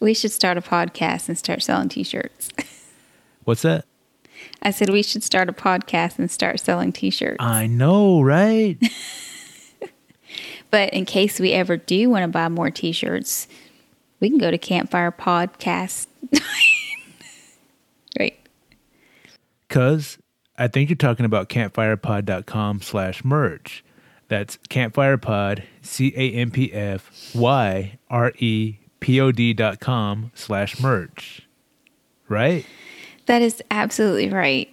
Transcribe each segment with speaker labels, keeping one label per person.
Speaker 1: We should start a podcast and start selling t shirts.
Speaker 2: What's that?
Speaker 1: I said we should start a podcast and start selling t shirts.
Speaker 2: I know, right?
Speaker 1: But in case we ever do want to buy more t shirts, we can go to Campfire Podcast. Great.
Speaker 2: Cause I think you're talking about campfirepod.com slash merch. That's campfirepod, C A M P F Y R E P O D dot com slash merch. Right?
Speaker 1: That is absolutely right.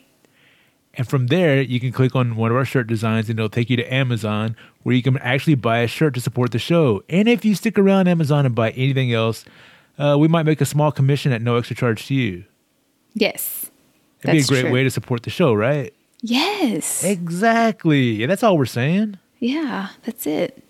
Speaker 2: And from there, you can click on one of our shirt designs and it'll take you to Amazon where you can actually buy a shirt to support the show. And if you stick around Amazon and buy anything else, uh, we might make a small commission at no extra charge to you.
Speaker 1: Yes.
Speaker 2: That'd
Speaker 1: That's
Speaker 2: be a great
Speaker 1: true.
Speaker 2: way to support the show, right?
Speaker 1: Yes.
Speaker 2: Exactly. Yeah, that's all we're saying.
Speaker 1: Yeah, that's it.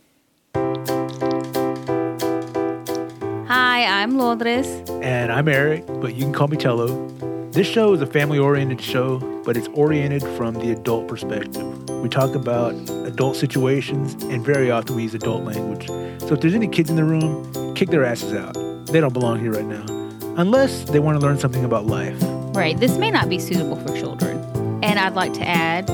Speaker 1: Hi, I'm Londres.
Speaker 2: And I'm Eric, but you can call me Tello. This show is a family oriented show, but it's oriented from the adult perspective. We talk about adult situations, and very often we use adult language. So if there's any kids in the room, kick their asses out. They don't belong here right now, unless they want to learn something about life.
Speaker 1: Right, this may not be suitable for children. And I'd like to add,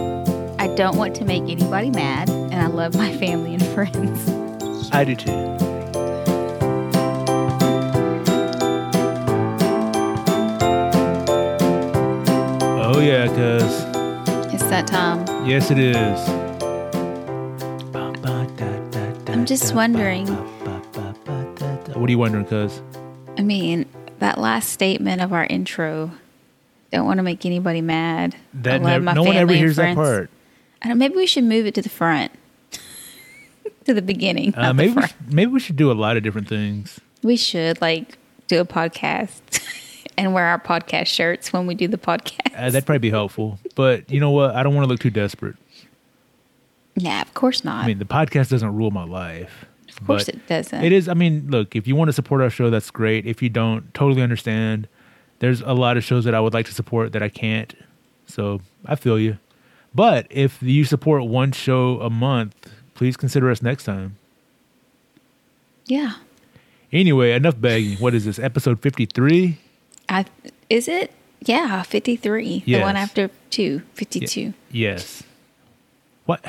Speaker 1: I don't want to make anybody mad, and I love my family and friends.
Speaker 2: I do too. Oh, yeah, cuz.
Speaker 1: It's that um, time.
Speaker 2: Yes, it is.
Speaker 1: I'm just wondering-
Speaker 2: What are you wondering, cuz?
Speaker 1: I mean, that last statement of our intro, don't want to make anybody mad. I
Speaker 2: That
Speaker 1: love
Speaker 2: never,
Speaker 1: my
Speaker 2: no one
Speaker 1: family
Speaker 2: ever
Speaker 1: and
Speaker 2: hears
Speaker 1: friends.
Speaker 2: that part.
Speaker 1: I don't, maybe we should move it to the front, to the beginning. not
Speaker 2: Uh,
Speaker 1: the
Speaker 2: maybe we
Speaker 1: front.
Speaker 2: should, maybe we should do a lot of different things.
Speaker 1: We should like do a podcast and wear our podcast shirts when we do the podcast.
Speaker 2: Uh, that'd probably be helpful. But you know what? I don't want to look too desperate.
Speaker 1: nah, of course not.
Speaker 2: I mean, the podcast doesn't rule my life.
Speaker 1: of course
Speaker 2: but
Speaker 1: it doesn't.
Speaker 2: It is. I mean, look, if you want to support our show, that's great. If you don't, totally understand. There's a lot of shows that I would like to support that I can't. So I feel you. But if you support one show a month, please consider us next time.
Speaker 1: Yeah.
Speaker 2: Anyway, enough begging. What is this? Episode 53?
Speaker 1: I is it? Yeah, 53. The one
Speaker 2: Yes.
Speaker 1: after 2, 52.
Speaker 2: Yes. What?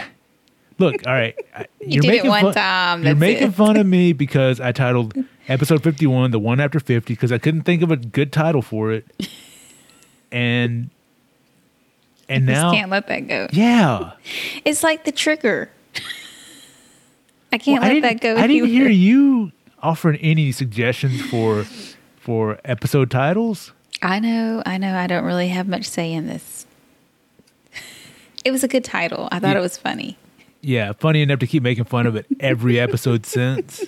Speaker 2: Look, all right. I-
Speaker 1: You did it one time,
Speaker 2: You're
Speaker 1: that's
Speaker 2: making
Speaker 1: it.
Speaker 2: fun of me because I titled episode 51, the one after 50, because I couldn't think of a good title for it. And and
Speaker 1: Just
Speaker 2: now,
Speaker 1: can't let that go.
Speaker 2: yeah,
Speaker 1: It's like the trigger. I can't
Speaker 2: Well,
Speaker 1: let
Speaker 2: I didn't-
Speaker 1: that go.
Speaker 2: I didn't
Speaker 1: anywhere.
Speaker 2: hear you offering any suggestions for for episode titles.
Speaker 1: I know, I know. I don't really have much say in this. It was a good title. I thought
Speaker 2: Yeah.
Speaker 1: it was funny.
Speaker 2: Yeah, funny enough to keep making fun of it every episode since.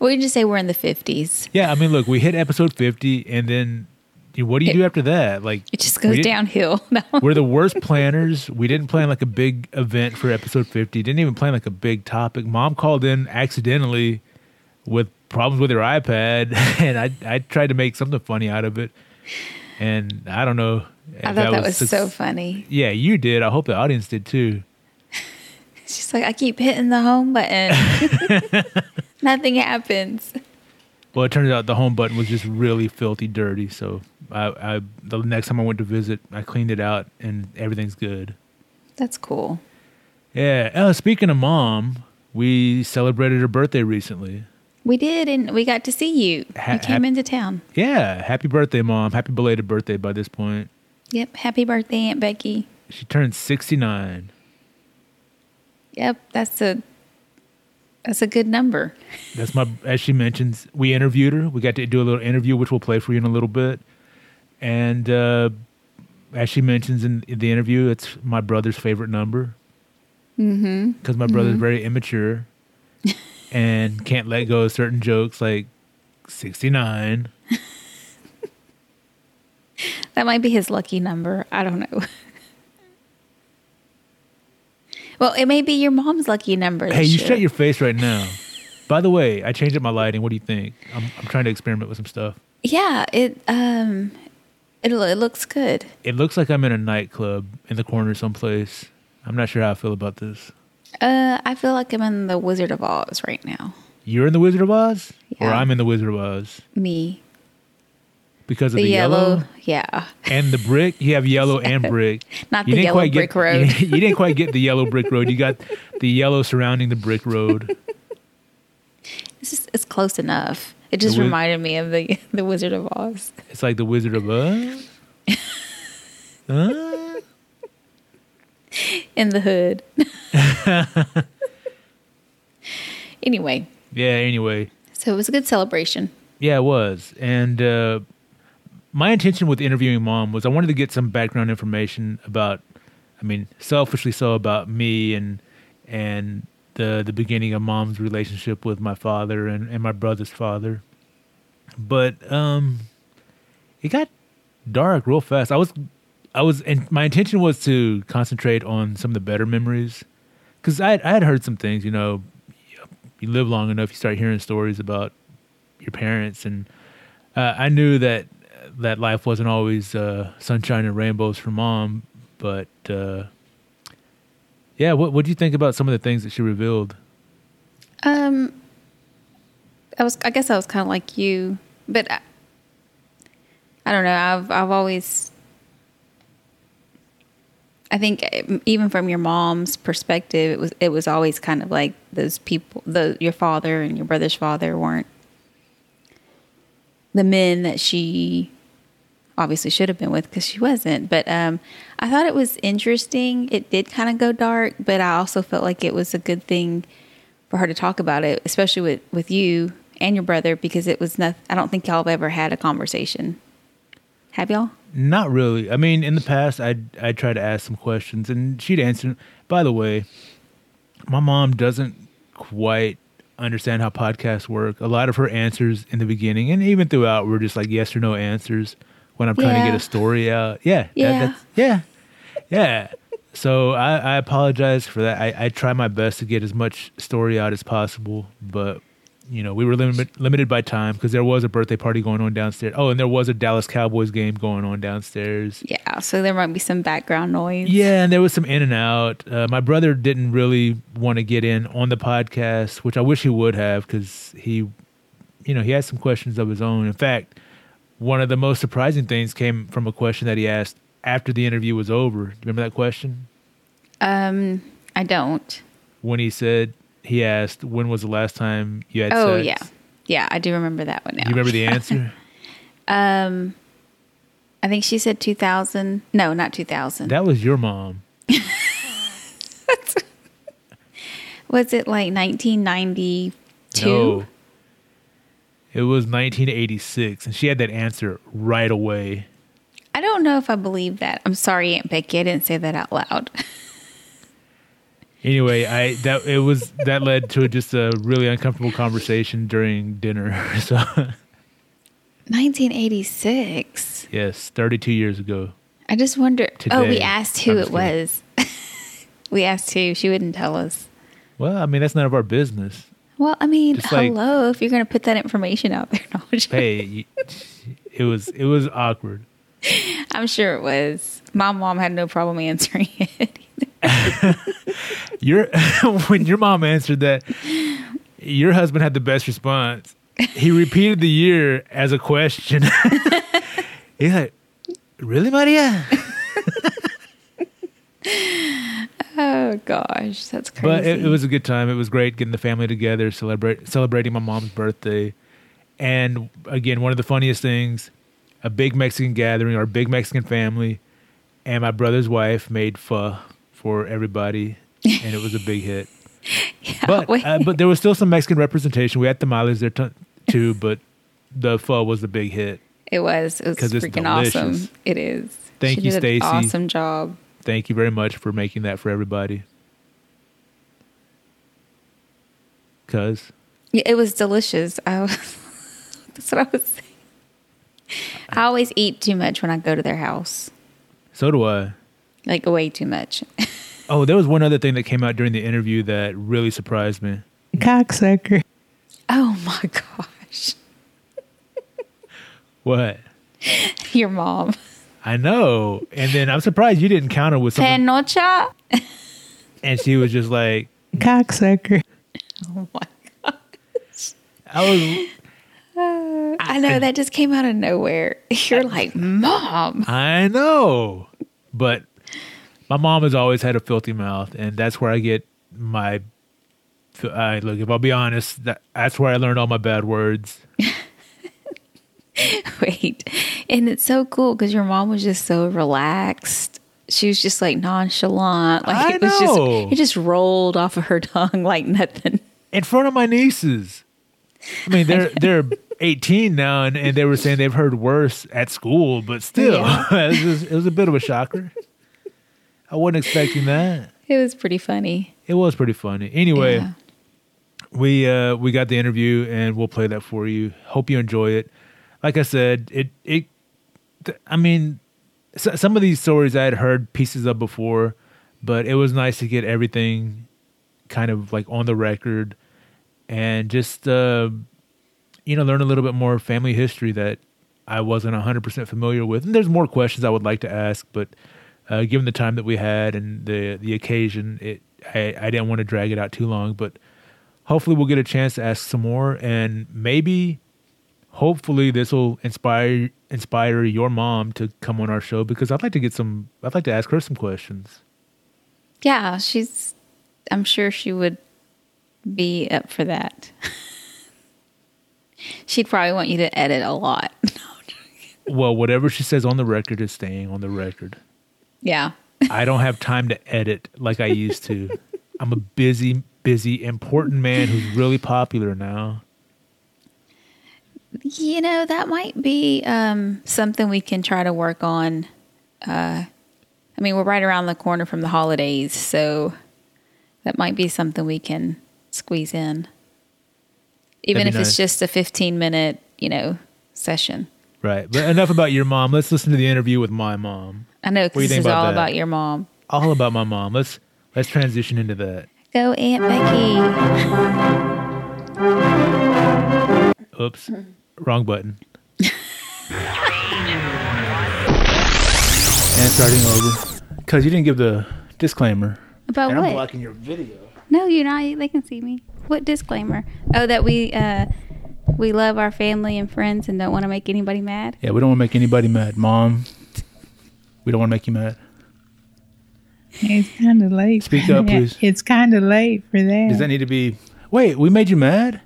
Speaker 1: We can just say we're in the 50s.
Speaker 2: Yeah, I mean, look, we hit episode 50, and then you know, what do you do after that? Like,
Speaker 1: It just
Speaker 2: we
Speaker 1: goes
Speaker 2: didn't-
Speaker 1: downhill. No.
Speaker 2: We're the worst planners. We didn't plan like a big event for episode 50, didn't even plan like a big topic. Mom called in accidentally with problems with her iPad, and I, I tried to make something funny out of it. And I don't know. if
Speaker 1: I thought that was
Speaker 2: suc-
Speaker 1: so funny.
Speaker 2: Yeah, you did. I hope the audience did too.
Speaker 1: It's just like I keep hitting the home button. Nothing happens.
Speaker 2: Well, it turns out the home button was just really filthy dirty. So I, I the next time I went to visit, I cleaned it out, and everything's good.
Speaker 1: That's cool.
Speaker 2: Yeah. Oh, speaking of mom, we celebrated her birthday recently.
Speaker 1: We did, and we got to see you.
Speaker 2: Ha-
Speaker 1: you came
Speaker 2: hap-
Speaker 1: into town.
Speaker 2: Yeah. Happy birthday, mom. Happy belated birthday by this point.
Speaker 1: Yep. Happy birthday, Aunt Becky.
Speaker 2: She turned 69.
Speaker 1: Yep. That's a that's a good number.
Speaker 2: That's my, as she mentions, we interviewed her. We got to do a little interview, which we'll play for you in a little bit. And uh, as she mentions in, in the interview, it's my brother's favorite number. Mm-hmm. Because my brother's very immature and can't let go of certain jokes like 69.
Speaker 1: That might be his lucky number. I don't know. well, it may be your mom's lucky number.
Speaker 2: Hey,
Speaker 1: this
Speaker 2: you
Speaker 1: year.
Speaker 2: shut your face right now. By the way, I changed up my lighting. What do you think? I'm, I'm trying to experiment with some stuff.
Speaker 1: Yeah. It um, it it looks good.
Speaker 2: It looks like I'm in a nightclub in the corner someplace. I'm not sure how I feel about this.
Speaker 1: Uh, I feel like I'm in the Wizard of Oz right now.
Speaker 2: You're in the Wizard of Oz, or
Speaker 1: Yeah.
Speaker 2: I'm in the Wizard of Oz
Speaker 1: Me.
Speaker 2: because of
Speaker 1: The,
Speaker 2: the,
Speaker 1: yellow, Yeah.
Speaker 2: and the brick. You have yellow and brick.
Speaker 1: Not
Speaker 2: You
Speaker 1: the
Speaker 2: didn't
Speaker 1: yellow
Speaker 2: quite
Speaker 1: brick
Speaker 2: get,
Speaker 1: road.
Speaker 2: You, didn't quite get the yellow brick road. You got the yellow surrounding the brick road.
Speaker 1: It's just it's close enough. It just
Speaker 2: wi-
Speaker 1: reminded me of the the Wizard of Oz.
Speaker 2: It's like the Wizard of Oz. Huh?
Speaker 1: In the hood. anyway,
Speaker 2: Yeah. Anyway,
Speaker 1: so it was a good celebration.
Speaker 2: yeah, it was. And uh, my intention with interviewing mom was I wanted to get some background information about, I mean, selfishly so about me and and the the beginning of mom's relationship with my father and, and my brother's father. But um, it got dark real fast. I was, I was, and my intention was to concentrate on some of the better memories because I I had heard some things. You know, you live long enough, you start hearing stories about your parents, and uh, I knew that that life wasn't always uh, sunshine and rainbows for mom, but uh, yeah. What what do you think about some of the things that she revealed?
Speaker 1: Um, I was, I guess, I was kind of like you, but I, I don't know. I've, I've always, I think, eh, even from your mom's perspective, it was, it was always kind of like those people, the your father and your brother's father weren't the men that she obviously should have been with because she wasn't. But um, I thought it was interesting. It did kind of go dark, but I also felt like it was a good thing for her to talk about it, especially with, with you and your brother, because it was not, I don't think y'all have ever had a conversation. Have y'all?
Speaker 2: Not really. I mean, in the past, I I tried to ask some questions, and she'd answer. By the way, my mom doesn't quite understand how podcasts work. A lot of her answers in the beginning and even throughout were just like yes or no answers when I'm trying to
Speaker 1: Yeah.
Speaker 2: get a story out. Yeah,
Speaker 1: Yeah.
Speaker 2: yeah, yeah. So I, I apologize for that. I, I try my best to get as much story out as possible, but you know we were limit, limited by time because there was a birthday party going on downstairs. Oh, and there was a Dallas Cowboys game going on downstairs.
Speaker 1: Yeah. So there might be some background noise.
Speaker 2: Yeah, and there was some in and out. Uh, my brother didn't really want to get in on the podcast, which I wish he would have because he, you know, he had some questions of his own. In fact, one of the most surprising things came from a question that he asked after the interview was over. Do you remember that question?
Speaker 1: Um, I don't.
Speaker 2: When he said, he asked, when was the last time you had
Speaker 1: Oh,
Speaker 2: sex?
Speaker 1: yeah. Yeah. I do remember that one now.
Speaker 2: Do you remember the answer?
Speaker 1: Um, I think she said 2000. No, not 2000.
Speaker 2: that was your mom.
Speaker 1: Was it like 1992?
Speaker 2: No. It was 1986, and she had that answer right away.
Speaker 1: I don't know if I believe that. I'm sorry, Aunt Becky. I didn't say that out loud.
Speaker 2: Anyway, I that it was that led to just a really uncomfortable conversation during dinner. So
Speaker 1: 1986.
Speaker 2: yes, thirty two years ago.
Speaker 1: I just wonder. Oh, we
Speaker 2: Today.
Speaker 1: asked
Speaker 2: I'm
Speaker 1: who it
Speaker 2: just kidding.
Speaker 1: was. we asked who. She wouldn't tell us.
Speaker 2: Well, I mean that's none of our business.
Speaker 1: Well, I mean,
Speaker 2: Just like-
Speaker 1: hello. if you're going to put that information out there, no, I'm sure-
Speaker 2: Hey, you- it was it was awkward.
Speaker 1: I'm sure it was. My mom had no problem answering it.
Speaker 2: Your when your mom answered that, your husband had the best response. He repeated the year as a question. He's like, "Really, Maria?"
Speaker 1: Oh gosh, that's crazy.
Speaker 2: But it, it was a good time. It was great getting the family together, celebrate celebrating my mom's birthday. And again, one of the funniest things, a big Mexican gathering, our big Mexican family, and my brother's wife made pho for everybody, and it was a big hit. but
Speaker 1: we-
Speaker 2: uh, but there was still some Mexican representation. We had tamales there t- too, but the pho was the big hit.
Speaker 1: It was. It was
Speaker 2: 'Cause it's
Speaker 1: freaking
Speaker 2: delicious.
Speaker 1: awesome. It is.
Speaker 2: Thank
Speaker 1: she
Speaker 2: you,
Speaker 1: did
Speaker 2: Stacy.
Speaker 1: An awesome job.
Speaker 2: Thank you very much for making that for everybody. Cause
Speaker 1: Yeah, it was delicious. I was, that's what I was saying. I always eat too much when I go to their house,
Speaker 2: so do I.
Speaker 1: like way too much.
Speaker 2: Oh, there was one other thing that came out during the interview that really surprised me.
Speaker 3: Cocksucker.
Speaker 1: oh my gosh,
Speaker 2: What?
Speaker 1: your mom,
Speaker 2: I know. And then I'm surprised you didn't counter with something.
Speaker 1: Panocha.
Speaker 2: And she was just like,
Speaker 3: Cocksucker.
Speaker 1: Oh my god,
Speaker 2: I was.
Speaker 4: I know that just came out of nowhere. You're like, Mom.
Speaker 2: I know, but my mom has always had a filthy mouth, and that's where I get my. I look. If I'll be honest, that, that's where I learned all my bad words.
Speaker 4: Wait. And it's so cool because your mom was just so relaxed. She was just like nonchalant. Like
Speaker 2: I
Speaker 4: it was
Speaker 2: know.
Speaker 4: just it just rolled off of her tongue like nothing.
Speaker 2: in front of my nieces. I mean, they're they're 18 now, and, and they were saying they've heard worse at school, but still, it, was just- it was a bit of a shocker. I wasn't expecting that.
Speaker 4: It was pretty funny.
Speaker 2: It was pretty funny. Anyway,
Speaker 4: Yeah.
Speaker 2: we uh, we got the interview, and we'll play that for you. Hope you enjoy it. Like I said, it it. th- I mean, s- some of these stories I had heard pieces of before, but it was nice to get everything kind of like on the record and just uh, you know learn a little bit more family history that I wasn't 100% familiar with. And there's more questions I would like to ask, but uh, given the time that we had and the the occasion, it I, I didn't want to drag it out too long. But hopefully, we'll get a chance to ask some more, and maybe, hopefully, this will inspire inspire your mom to come on our show because I'd like to get some. I'd like to ask her some questions.
Speaker 4: Yeah, she's I'm sure she would be up for that. She'd probably want you to edit a lot.
Speaker 2: Well, whatever she says on the record is staying on the record.
Speaker 4: yeah.
Speaker 2: I don't have time to edit like I used to. I'm a busy, busy, important man who's really popular now.
Speaker 4: You know, that might be um, something we can try to work on. Uh, I mean, we're right around the corner from the holidays, so that might be something we can squeeze in. Even
Speaker 2: That'd be
Speaker 4: if
Speaker 2: nice.
Speaker 4: it's just a 15 minute, you know, session.
Speaker 2: Right. But enough about your mom. Let's listen to the interview with my mom.
Speaker 4: I know 'cause
Speaker 2: do you
Speaker 4: this
Speaker 2: think
Speaker 4: is
Speaker 2: about
Speaker 4: all
Speaker 2: that?
Speaker 4: about your mom.
Speaker 2: All about my mom. Let's let's transition into that.
Speaker 4: Go, Aunt Becky.
Speaker 2: Oops. Wrong button. and starting over. Cause you didn't give the disclaimer.
Speaker 1: About
Speaker 2: and
Speaker 1: what?
Speaker 2: I'm blocking your video.
Speaker 1: No, you're not. They can see me. What disclaimer? Oh, that we uh, we love our family and friends and don't want to make anybody mad.
Speaker 5: Yeah, we don't want to make anybody mad, Mom. We don't want to make you mad.
Speaker 3: It's kind of late.
Speaker 5: Speak
Speaker 3: for
Speaker 5: up,
Speaker 3: that.
Speaker 5: please.
Speaker 3: It's kind of late for that.
Speaker 5: Does that need to be? Wait, we made you mad?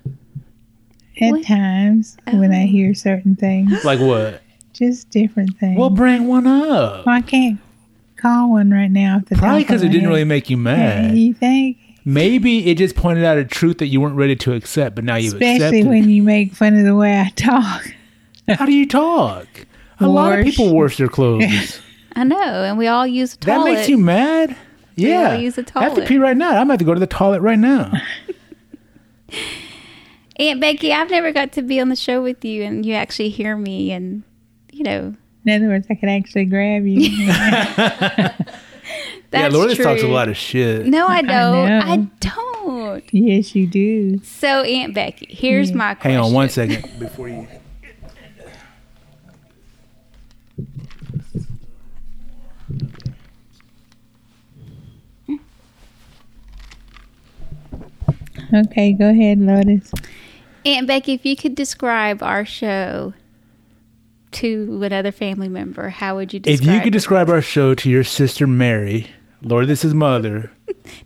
Speaker 3: At
Speaker 1: What?
Speaker 3: times, when I hear certain things,
Speaker 5: Like what?
Speaker 3: just different things.
Speaker 5: Well, bring one up.
Speaker 3: Well, I can't call one right now. At the
Speaker 5: Probably
Speaker 3: top of
Speaker 5: because it
Speaker 3: my
Speaker 5: didn't
Speaker 3: head.
Speaker 5: really make you
Speaker 3: Yeah,
Speaker 5: mad.
Speaker 3: You think,
Speaker 5: Maybe it just pointed out a truth that you weren't ready to accept, but now you've
Speaker 3: especially
Speaker 5: accepted.
Speaker 3: when you make fun of the way I talk.
Speaker 5: it. How do you talk? A lot of
Speaker 3: Wash.
Speaker 5: people wash their clothes.
Speaker 1: I know, and we all use a
Speaker 5: that
Speaker 1: toilet.
Speaker 5: makes you mad. Yeah,
Speaker 1: gotta use a
Speaker 5: I have to
Speaker 1: toilet.
Speaker 5: pee right now. I'm gonna have to go to the toilet right now.
Speaker 1: Aunt Becky, I've never got to be on the show with you, and you actually hear me, and you know
Speaker 3: In other words, I could actually grab you.
Speaker 1: that's
Speaker 5: yeah, Lourdes
Speaker 1: true.
Speaker 5: talks a lot of shit.
Speaker 1: No, I don't.
Speaker 3: know.
Speaker 1: I, don't.
Speaker 3: yes, you do.
Speaker 1: So, Aunt Becky, here's my question.
Speaker 5: Hang on one second before you.
Speaker 3: Okay, go ahead, Lotus.
Speaker 1: Aunt Becky, if you could describe our show to another family member, how would you
Speaker 5: If
Speaker 1: describe?
Speaker 5: you could
Speaker 1: it?
Speaker 5: describe our show to your sister Mary, Lord, this is mother.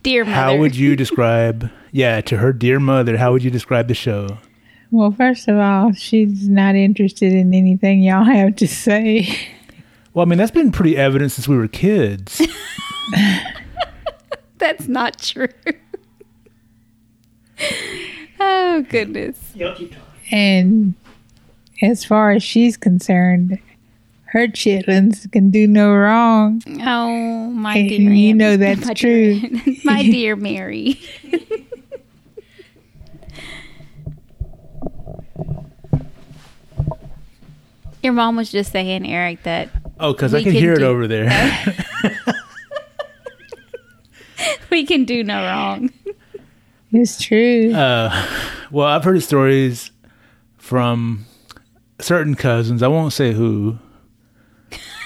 Speaker 1: dear mother,
Speaker 5: How would you describe? Yeah, to her dear mother, how would you describe the show?
Speaker 3: Well, first of all, she's not interested in anything y'all have to say.
Speaker 5: Well, I mean that's been pretty evident since we were kids.
Speaker 1: That's not true. oh goodness.
Speaker 3: And as far as she's concerned, her chitlins can do no wrong.
Speaker 1: Oh my
Speaker 3: And
Speaker 1: dear.
Speaker 3: you
Speaker 1: Aunt-
Speaker 3: know that's
Speaker 1: my dear-
Speaker 3: true.
Speaker 1: my dear Mary. Your mom was just saying, Eric, that
Speaker 5: Oh, because I
Speaker 1: We
Speaker 5: can
Speaker 1: can
Speaker 5: hear it
Speaker 1: do-
Speaker 5: over there.
Speaker 1: we can do no wrong.
Speaker 3: It's true.
Speaker 2: Uh,
Speaker 5: Well, I've heard stories from certain cousins, I won't say who,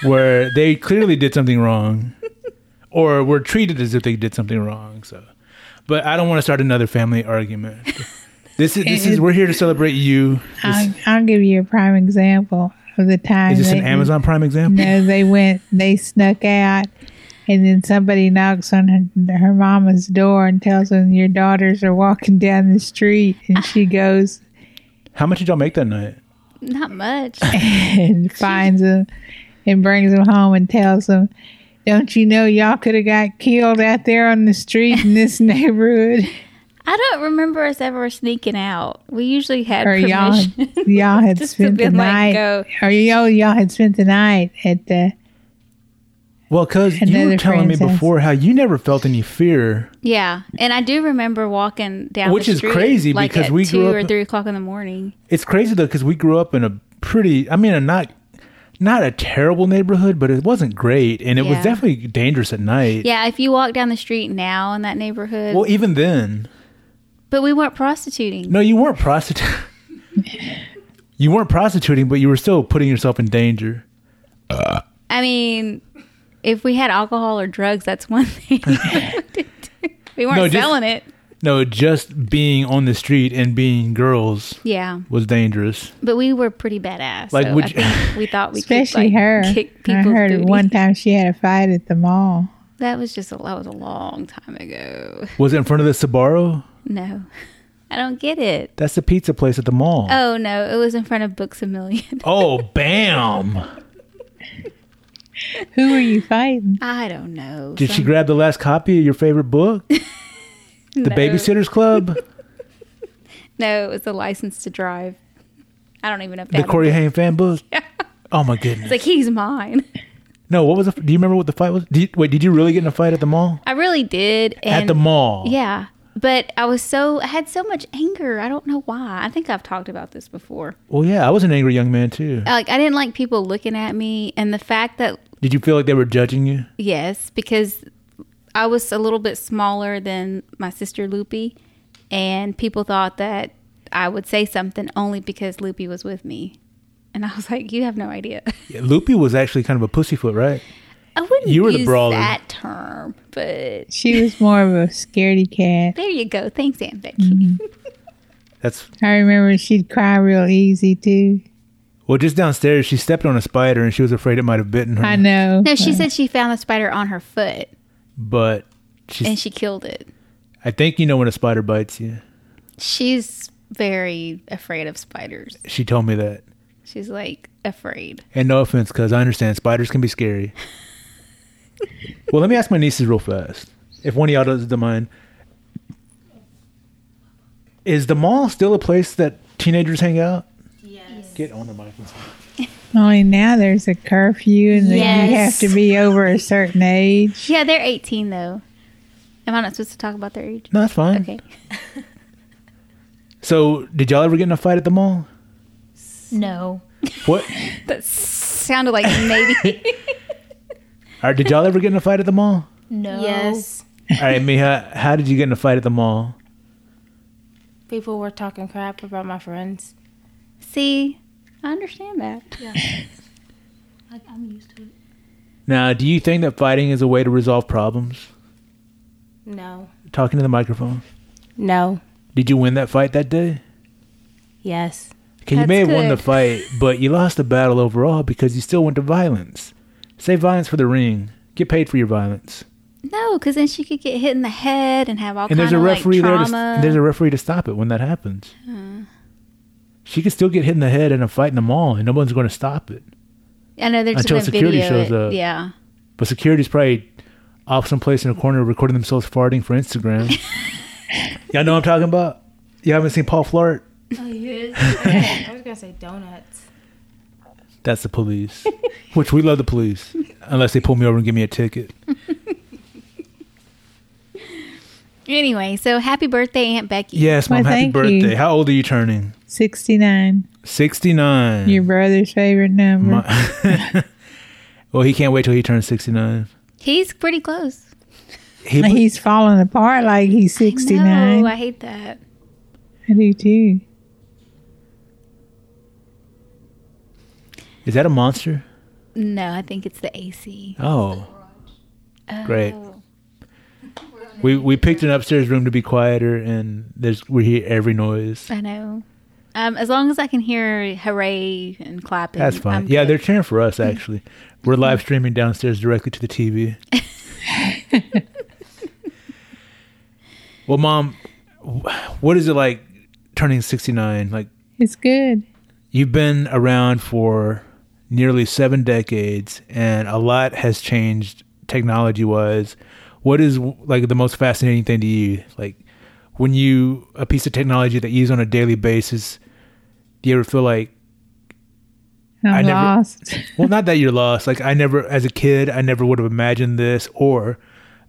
Speaker 5: where they clearly did something wrong or were treated as if they did something wrong. So, but I don't want to start another family argument.
Speaker 2: This is this is we're here to celebrate you. This,
Speaker 3: I'll, I'll give you a prime example of the time.
Speaker 2: is this an
Speaker 3: that-
Speaker 2: Amazon Prime example?
Speaker 3: No, they went. They snuck out, and then somebody knocks on her, her mama's door and tells them your daughters are walking down the street, and she goes
Speaker 2: How much did y'all make that night?
Speaker 1: Not much.
Speaker 3: and finds them and brings them home and tells them. Don't you know y'all could have got killed out there on the street in this neighborhood?
Speaker 1: I don't remember us ever sneaking out. We usually had
Speaker 3: or y'all,
Speaker 1: permission.
Speaker 3: had- y'all had
Speaker 1: Just to
Speaker 3: spent
Speaker 1: be
Speaker 3: the
Speaker 1: like,
Speaker 3: night,
Speaker 1: go.
Speaker 3: or y'all, y'all had spent the night at the
Speaker 2: Well, because you
Speaker 3: Another
Speaker 2: were telling me
Speaker 3: friend says-
Speaker 2: before how you never felt any fear.
Speaker 1: Yeah, and I do remember walking down,
Speaker 2: Which
Speaker 1: the
Speaker 2: is
Speaker 1: street,
Speaker 2: crazy
Speaker 1: like
Speaker 2: because
Speaker 1: at
Speaker 2: we
Speaker 1: two
Speaker 2: grew up-
Speaker 1: or three o'clock in the morning.
Speaker 2: It's crazy though because we grew up in a pretty, I mean, a not not a terrible neighborhood, but it wasn't great, and it was
Speaker 1: Yeah.
Speaker 2: definitely dangerous at night.
Speaker 1: Yeah, if you walk down the street now in that neighborhood,
Speaker 2: Well, even then,
Speaker 1: but we weren't prostituting.
Speaker 2: no, you weren't prostituting. you weren't prostituting, but you were still putting yourself in danger.
Speaker 1: I mean, if we had alcohol or drugs, that's one thing. we weren't
Speaker 2: No, just-
Speaker 1: selling it.
Speaker 2: No, just being on the street and being girls
Speaker 1: Yeah,
Speaker 2: was dangerous.
Speaker 1: but we were pretty badass.
Speaker 2: Like,
Speaker 1: so
Speaker 2: would
Speaker 1: I
Speaker 2: you-
Speaker 1: think we thought we
Speaker 3: especially
Speaker 1: could, like,
Speaker 3: her.
Speaker 1: kick
Speaker 3: I
Speaker 1: people's
Speaker 3: heard
Speaker 1: booty.
Speaker 3: one time she had a fight at the mall.
Speaker 1: That was just a, that was a long time ago.
Speaker 2: Was it in front of the Sabaro?
Speaker 1: No, I don't get it.
Speaker 2: That's the pizza place at the mall.
Speaker 1: Oh no, it was in front of Books a Million.
Speaker 2: Oh, bam!
Speaker 3: Who were you fighting?
Speaker 1: I don't know.
Speaker 2: Did she
Speaker 1: Some-
Speaker 2: grab the last copy of your favorite book, The
Speaker 1: no.
Speaker 2: Babysitters Club,
Speaker 1: No, it was a license to drive. I don't even know. If
Speaker 2: the
Speaker 1: that
Speaker 2: Corey Haim fan book? Oh my
Speaker 1: It's
Speaker 2: goodness!
Speaker 1: like he's mine.
Speaker 2: no, what was? The, do you remember what the fight was? Did you, wait, did you really get in a fight at the mall?
Speaker 1: I really did. And
Speaker 2: at the mall?
Speaker 1: Yeah, but I was so I had so much anger. I don't know why. I think I've talked about this before.
Speaker 2: Well, yeah, I was an angry young man too.
Speaker 1: Like I didn't like people looking at me, and the fact that
Speaker 2: Did you feel like they were judging you?
Speaker 1: Yes, because I was a little bit smaller than my sister Loopy, and people thought that I would say something only because Loopy was with me. And I was like, "You have no idea."
Speaker 2: Yeah, Loopy was actually kind of a pussyfoot, right?
Speaker 1: I wouldn't
Speaker 2: You were the
Speaker 1: use
Speaker 2: brawler.
Speaker 1: that term, but
Speaker 3: She was more of a scaredy cat.
Speaker 1: there you go. Thanks, Aunt Becky.
Speaker 2: Mm-hmm. That's
Speaker 3: I remember she'd cry real easy too.
Speaker 2: well. Just downstairs, she stepped on a spider and she was afraid it might have bitten her.
Speaker 3: I know.
Speaker 1: No, she said she found the spider on her foot
Speaker 2: But she's
Speaker 1: and she killed it.
Speaker 2: I think you know when a spider bites you.
Speaker 1: She's very afraid of spiders.
Speaker 2: She told me that.
Speaker 1: She's like afraid.
Speaker 2: And no offense, because I understand spiders can be scary. well, let me ask my nieces real fast. If one of y'all doesn't mind, is the mall still a place that teenagers hang out? Yes. Get on the mic. and speak.
Speaker 3: Only now there's a curfew and then you have
Speaker 1: Yes.
Speaker 3: to be over a certain age.
Speaker 1: Yeah, they're 18 though. Am I not supposed to talk about their age?
Speaker 2: No, that's fine.
Speaker 1: Okay.
Speaker 2: So, did y'all ever get in a fight at the mall?
Speaker 6: No.
Speaker 2: What?
Speaker 1: That sounded like maybe.
Speaker 2: All right, did y'all ever get in a fight at the mall?
Speaker 6: No.
Speaker 7: Yes.
Speaker 2: All right, Miha, how did you get in a fight at the mall?
Speaker 7: People were talking crap about my friends.
Speaker 1: See, I understand that.
Speaker 6: Like, I'm used to it.
Speaker 2: Now, do you think that fighting is a way to resolve problems?
Speaker 7: No.
Speaker 2: Talking to the microphone.
Speaker 7: No.
Speaker 2: Did you win that fight that day?
Speaker 7: Yes.
Speaker 2: Okay, you may have
Speaker 1: That's
Speaker 2: won the
Speaker 1: good.
Speaker 2: fight, but you lost the battle overall because you still went to violence. Save violence for the ring. Get paid for your violence.
Speaker 1: No, because then she could get hit in the head and have all
Speaker 2: And
Speaker 1: kinds
Speaker 2: there's a
Speaker 1: of
Speaker 2: referee
Speaker 1: like
Speaker 2: there. To,
Speaker 1: trauma.
Speaker 2: s- and there's a referee to stop it when that happens. She could still get hit in the head in a fight in the mall, and no one's going to stop it.
Speaker 1: I know there's
Speaker 2: until
Speaker 1: gonna
Speaker 2: security
Speaker 1: video
Speaker 2: shows
Speaker 1: it.
Speaker 2: up.
Speaker 1: Yeah.
Speaker 2: But security's probably off someplace in a corner recording themselves farting for Instagram. Y'all know what I'm talking about? You haven't seen Paul Flart?
Speaker 6: Oh,
Speaker 7: I was gonna say donuts.
Speaker 2: That's the police. Which we love the police, unless they pull me over and give me a ticket.
Speaker 1: Anyway, so happy birthday, Aunt Becky.
Speaker 2: Yes,
Speaker 3: Why,
Speaker 2: mom. happy
Speaker 3: thank
Speaker 2: birthday.
Speaker 3: you.
Speaker 2: How old are you turning?
Speaker 3: 69,
Speaker 2: 69.
Speaker 3: your brother's favorite number.
Speaker 2: My- well, he can't wait till he turns 69.
Speaker 1: He's pretty close.
Speaker 2: He,
Speaker 3: He's falling apart like he's
Speaker 1: No,
Speaker 3: 69.
Speaker 1: I hate that.
Speaker 3: I do too.
Speaker 2: is that a monster?
Speaker 1: No, I think it's the AC.
Speaker 2: Oh, great.
Speaker 1: Oh.
Speaker 2: We we picked an upstairs room to be quieter, and there's we hear every noise.
Speaker 1: I know. Um, as long as I can hear hooray and clapping,
Speaker 2: That's fine.
Speaker 1: I'm
Speaker 2: yeah,
Speaker 1: good. Mm-hmm.
Speaker 2: they're cheering for us. Actually, we're live streaming downstairs directly to the TV. well, mom, wh- what is it like turning sixty nine? Like
Speaker 3: It's good.
Speaker 2: You've been around for nearly seven decades, and a lot has changed technology wise. What is like the most fascinating thing to you? Like when you a piece of technology that you use on a daily basis, do you ever feel like
Speaker 3: I'm
Speaker 2: I never-
Speaker 3: lost.
Speaker 2: well, not that you're lost. Like I never, as a kid, I never would have imagined this, or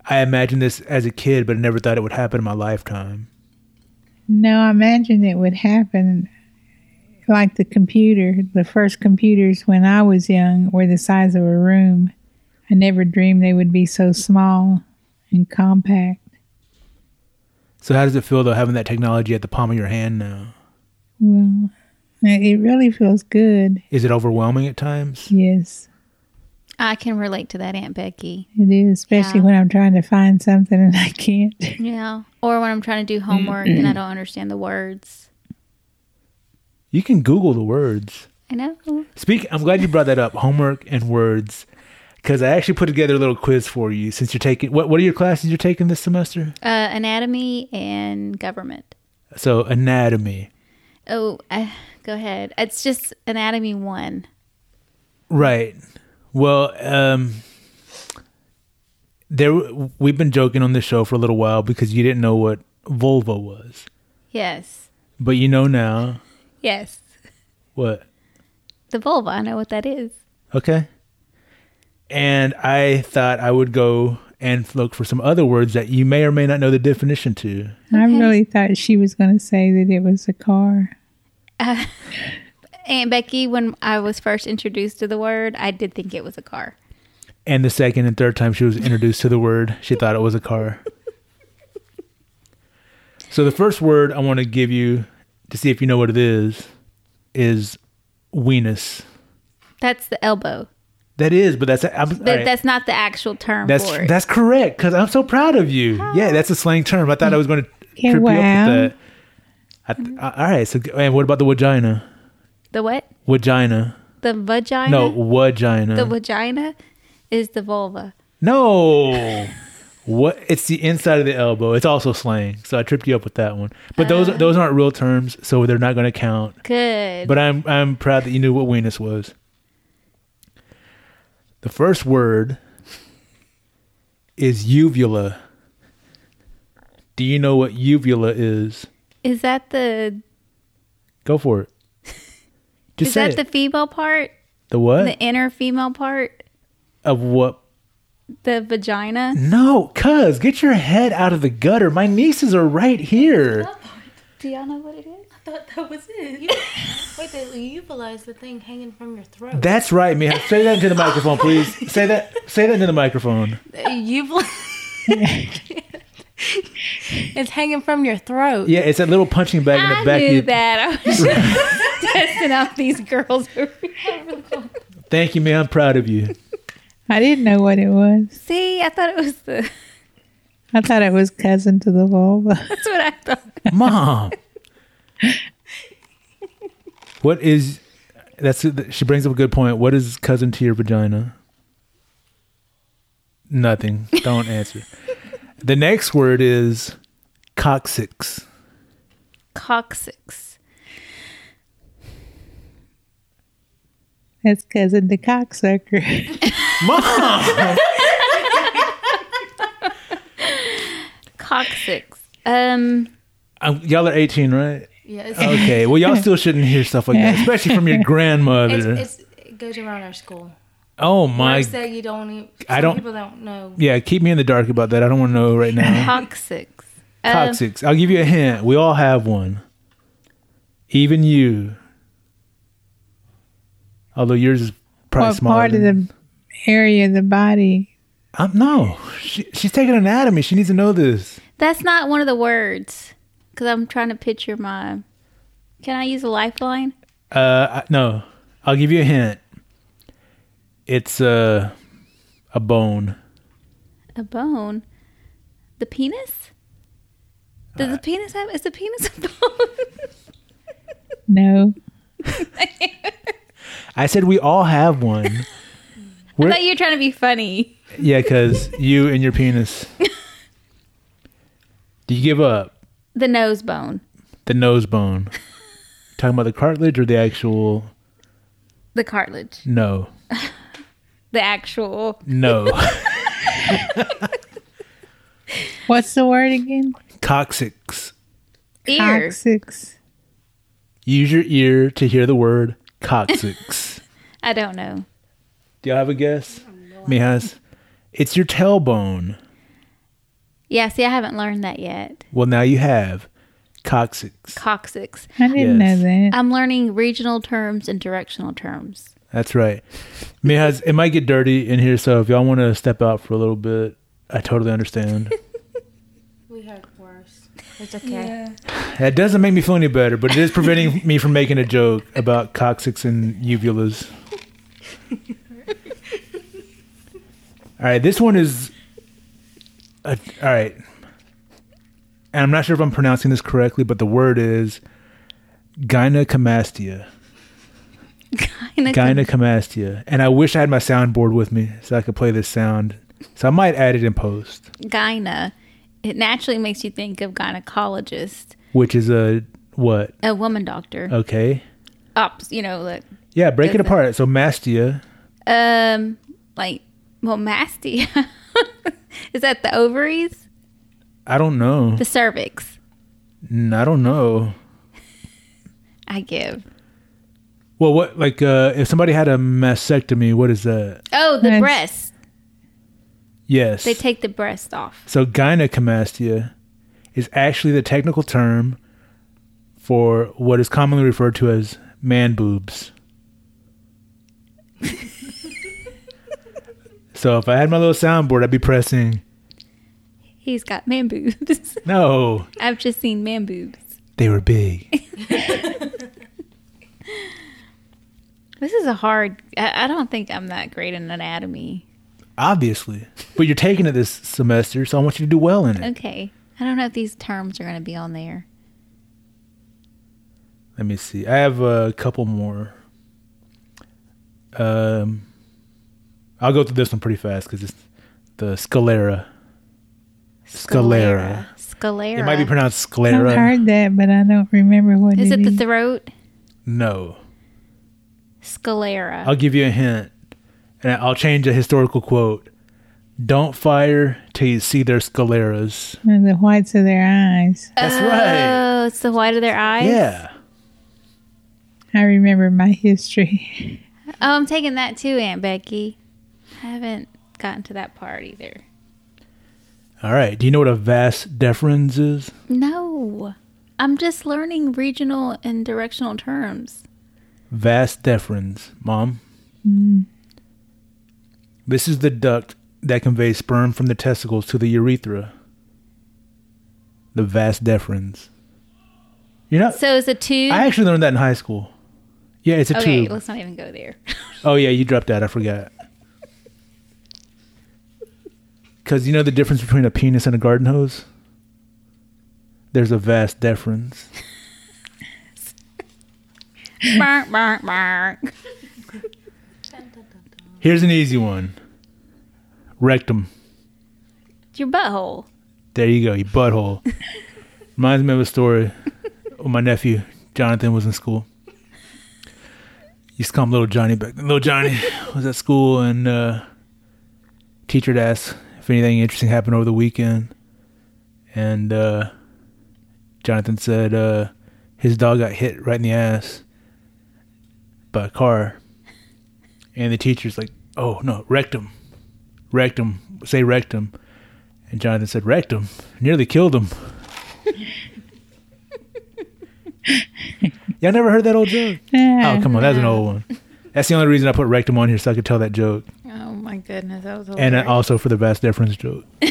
Speaker 2: I imagined this as a kid, but I never thought it would happen in my lifetime.
Speaker 3: No, I imagine it would happen like the computer. The first computers when I was young were the size of a room. I never dreamed they would be so small and compact.
Speaker 2: So how does it feel though having that technology at the palm of your hand now?
Speaker 3: Well, it really feels good.
Speaker 2: Is it overwhelming at times?
Speaker 3: Yes,
Speaker 1: I can relate to that, Aunt Becky.
Speaker 3: it is, especially
Speaker 1: Yeah.
Speaker 3: when I'm trying to find something and I can't.
Speaker 1: Yeah. Or when I'm trying to do homework and I don't understand the words.
Speaker 2: You can Google the words.
Speaker 1: I know.
Speaker 2: Speak. I'm glad you brought that up. Homework and words, because I actually put together a little quiz for you since you're taking. What What are your classes you're taking this semester?
Speaker 1: Uh, anatomy and government.
Speaker 2: So anatomy,
Speaker 1: Oh, uh, go ahead. It's just anatomy one.
Speaker 2: right? Well, um, there we've been joking on this show for a little while because you didn't know what vulva was,
Speaker 1: Yes.
Speaker 2: but you know now
Speaker 1: Yes.
Speaker 2: what.
Speaker 1: The vulva. I know what that is.
Speaker 2: Okay. And I thought I would go and look for some other words that you may or may not know the definition to.
Speaker 3: I
Speaker 1: Okay.
Speaker 3: really thought she was going to say that it was a car.
Speaker 1: Aunt Becky, when I was first introduced to the word, I did think it was a car.
Speaker 2: And the second and third time she was introduced to the word, she thought it was a car. So the first word I want to give you to see if you know what it is is weenus.
Speaker 1: That's the elbow.
Speaker 2: That is, but that's I'm, all
Speaker 1: But
Speaker 2: right.
Speaker 1: that's not the actual term
Speaker 2: that's
Speaker 1: for it.
Speaker 2: that's correct because I'm so proud of you. Yeah, that's a slang term. I thought I was going to
Speaker 3: Okay,
Speaker 2: trip you
Speaker 3: wow.
Speaker 2: up with that. I th- all right. So and what about the vagina?
Speaker 1: the what?
Speaker 2: Vagina.
Speaker 1: The vagina?
Speaker 2: No, vagina.
Speaker 1: The vagina is the vulva.
Speaker 2: No. what? It's the inside of the elbow. It's also slang. So I tripped you up with that one. But those
Speaker 1: Uh.
Speaker 2: those aren't real terms, so they're not going to count.
Speaker 1: Good.
Speaker 2: But I'm I'm proud that you knew what weenus was. The first word is uvula. Do you know what uvula is?
Speaker 1: is that the
Speaker 2: Go for it. Just
Speaker 1: is
Speaker 2: say
Speaker 1: that the
Speaker 2: it.
Speaker 1: female part?
Speaker 2: the what
Speaker 1: The inner female part?
Speaker 2: of what?
Speaker 1: The vagina?
Speaker 2: No, cuz get your head out of the gutter. My nieces are right here.
Speaker 1: Do y'all know what it is?
Speaker 8: I thought that was it.
Speaker 7: Wait, the uvula is the thing hanging from your throat.
Speaker 2: That's right, Mia. Say that into the microphone, please. Say that. Say that into the microphone.
Speaker 7: The uvula. it's hanging from your throat.
Speaker 2: Yeah, it's that little punching bag in
Speaker 1: I
Speaker 2: the back. of
Speaker 1: knew
Speaker 2: your-
Speaker 1: that. I was just testing out these girls.
Speaker 2: Thank you, Mia. I'm proud of you.
Speaker 3: I didn't know what it was.
Speaker 1: See, I thought it was the.
Speaker 3: I thought it was cousin to the vulva.
Speaker 1: That's what I thought.
Speaker 2: Mom. What is? That's she brings up a good point. What is cousin to your vagina? Nothing. Don't answer. the next word is coccyx.
Speaker 1: Coccyx.
Speaker 3: That's cousin to cocksucker.
Speaker 1: Coccyx. Um,
Speaker 2: Um, y'all are 18, right?
Speaker 7: Yes.
Speaker 2: Okay. Well, y'all still shouldn't hear stuff like that, especially from your grandmother.
Speaker 7: It's, it's, it goes around our school.
Speaker 2: oh my
Speaker 7: I said you don't. Even,
Speaker 2: I
Speaker 7: some
Speaker 2: don't-
Speaker 7: People don't know.
Speaker 2: Yeah, keep me in the dark about that. I don't want to know right now.
Speaker 1: coccyx. Um,
Speaker 2: Coccyx. I'll give you a hint. We all have one. Even you. Although yours is probably
Speaker 3: what
Speaker 2: smaller.
Speaker 3: part of
Speaker 2: than-
Speaker 3: the area of the body?
Speaker 2: Um, no, she, she's taking anatomy. She needs to know this.
Speaker 1: That's not one of the words. Because I'm trying to picture my. Can I use a lifeline?
Speaker 2: Uh, I, no, I'll give you a hint. It's a a bone.
Speaker 1: A bone. the penis? Does the penis have? Is the penis a bone?
Speaker 3: No.
Speaker 2: I said we all have one.
Speaker 1: I
Speaker 2: Where-
Speaker 1: thought you were trying to be funny.
Speaker 2: yeah, because you and your penis. Do you give up
Speaker 1: The nose bone,
Speaker 2: the nose bone? Talking about the cartilage or the actual?
Speaker 1: the cartilage,
Speaker 2: No,
Speaker 1: the actual
Speaker 2: no.
Speaker 3: What's the word again?
Speaker 2: Coccyx.
Speaker 1: ear.
Speaker 3: Coccyx.
Speaker 2: Use your ear to hear the word coccyx.
Speaker 1: I don't know.
Speaker 2: Do y'all have a guess? Mijas, it's your tailbone.
Speaker 1: Yeah, see, I haven't learned that yet.
Speaker 2: Well, now you have coccyx.
Speaker 1: Coccyx.
Speaker 3: I didn't
Speaker 2: Yes.
Speaker 3: know that.
Speaker 1: I'm learning regional terms and directional terms.
Speaker 2: That's right. Mijas, it might get dirty in here, so if y'all want to step out for a little bit, I totally understand.
Speaker 7: We heard worse. It's okay.
Speaker 2: That doesn't make me feel any better, but it is preventing me from making a joke about coccyx and uvulas. all right, this one is. Uh, all right. And I'm not sure if I'm pronouncing this correctly, but the word is gynecomastia.
Speaker 1: Gyneco-
Speaker 2: Gynecomastia. And I wish I had my soundboard with me so I could play this sound. So I might add it in post,
Speaker 1: gyna. It naturally makes you think of gynecologist,
Speaker 2: which is a what?
Speaker 1: a woman doctor.
Speaker 2: Okay.
Speaker 1: Ops, you know, like
Speaker 2: Yeah, break it
Speaker 1: Doesn't-
Speaker 2: apart. So mastia.
Speaker 1: um, like well, mastia. Is that the ovaries?
Speaker 2: I don't know.
Speaker 1: The cervix.
Speaker 2: Mm, I don't know.
Speaker 1: I give.
Speaker 2: Well, what like uh if somebody had a mastectomy, what is that?
Speaker 1: Oh, the
Speaker 3: Nice.
Speaker 1: breast.
Speaker 2: Yes.
Speaker 1: They take the breast off.
Speaker 2: so gynecomastia is actually the technical term for what is commonly referred to as man boobs. so if I had my little soundboard, I'd be pressing
Speaker 1: He's got man boobs.
Speaker 2: no.
Speaker 1: I've just seen man boobs.
Speaker 2: They were big.
Speaker 1: This is a hard. I, I don't think I'm that great in anatomy.
Speaker 2: Obviously. But you're taking it this semester, so I want you to do well in it.
Speaker 1: Okay. I don't know if these terms are going to be on there.
Speaker 2: Let me see. I have a couple more. Um, I'll go through this one pretty fast because it's the scalera. Scalera.
Speaker 1: Scalera.
Speaker 2: It might be pronounced
Speaker 3: I've
Speaker 2: sclera.
Speaker 3: heard that, but I don't remember what
Speaker 1: Uh, Is it the
Speaker 2: Mm-hmm.
Speaker 3: is.
Speaker 1: throat?
Speaker 2: No.
Speaker 1: Scalera.
Speaker 2: I'll give you a hint, and I'll change a historical quote. Don't fire till you see their scaleras.
Speaker 3: the whites of their eyes.
Speaker 2: That's right.
Speaker 1: Oh, it's the white of their eyes.
Speaker 2: Yeah.
Speaker 3: I remember my history.
Speaker 1: Oh, I'm taking that too, Aunt Becky. I haven't gotten to that part either.
Speaker 2: All right. Do you know what a vas deferens is?
Speaker 1: No, I'm just learning regional and directional terms.
Speaker 2: Vas deferens, mom.
Speaker 1: Mm.
Speaker 2: This is the duct that conveys sperm from the testicles to the urethra. The vas deferens. You know,
Speaker 1: So is a tube.
Speaker 2: I actually learned that in high school. Yeah, it's a
Speaker 1: okay,
Speaker 2: tube.
Speaker 1: let's not even go there.
Speaker 2: Oh yeah, you dropped that. I forgot. Because you know the difference between a penis and a garden hose. There's a vas deferens.
Speaker 1: Bark, bark, bark.
Speaker 2: Here's an easy one. Rectum.
Speaker 1: Your butthole.
Speaker 2: There you go, you butthole. Reminds me of a story when my nephew Jonathan was in school. Used to call him Little Johnny back then. Little Johnny was at school, and uh, teacher would ask if anything interesting happened over the weekend. And uh, Jonathan said uh, his dog got hit right in the ass by a car. And the teacher's like, oh, no, rectum. Rectum. Say rectum. And Jonathan said, wrecked him, nearly killed him. Y'all never heard that old joke?
Speaker 3: Ah,
Speaker 2: Oh, come on, that's an old one. That's the only reason I put rectum on here so I could tell that joke.
Speaker 7: Oh my goodness, that
Speaker 3: Oh,
Speaker 7: was
Speaker 2: And
Speaker 7: hilarious.
Speaker 2: uh, also for the vast difference joke.
Speaker 3: What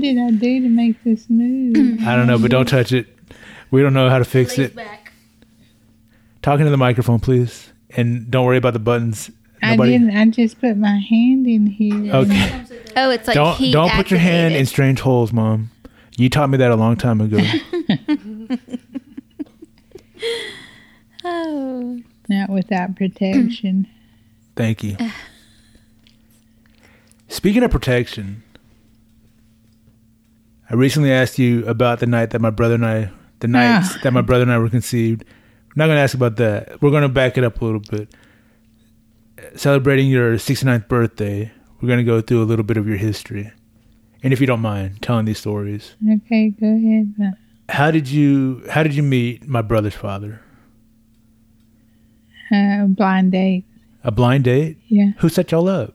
Speaker 3: did I do to make this move?
Speaker 2: I don't know, but don't touch it. We don't know how to fix it.
Speaker 6: back.
Speaker 2: Talking to the microphone, please. And don't worry about the buttons.
Speaker 3: I
Speaker 2: Nobody-
Speaker 3: didn't. I just put my hand in here.
Speaker 2: Okay.
Speaker 1: Oh, it's like
Speaker 2: don't
Speaker 1: heat
Speaker 2: don't put your hand
Speaker 1: activated.
Speaker 2: in strange holes, mom. You taught me that a long time ago.
Speaker 1: Oh,
Speaker 3: Not without protection.
Speaker 2: Thank you. Speaking of protection, I recently asked you about the night that my brother and I, the nights that my brother and I were conceived. I'm not going to ask about that. We're going to back it up a little bit. Celebrating your 69th birthday, we're going to go through a little bit of your history. And if you don't mind telling these stories,
Speaker 3: okay, go ahead.
Speaker 2: how did you how did you meet my brother's father?
Speaker 3: Uh, blind date.
Speaker 2: A blind date?
Speaker 3: Yeah.
Speaker 2: Who set y'all up?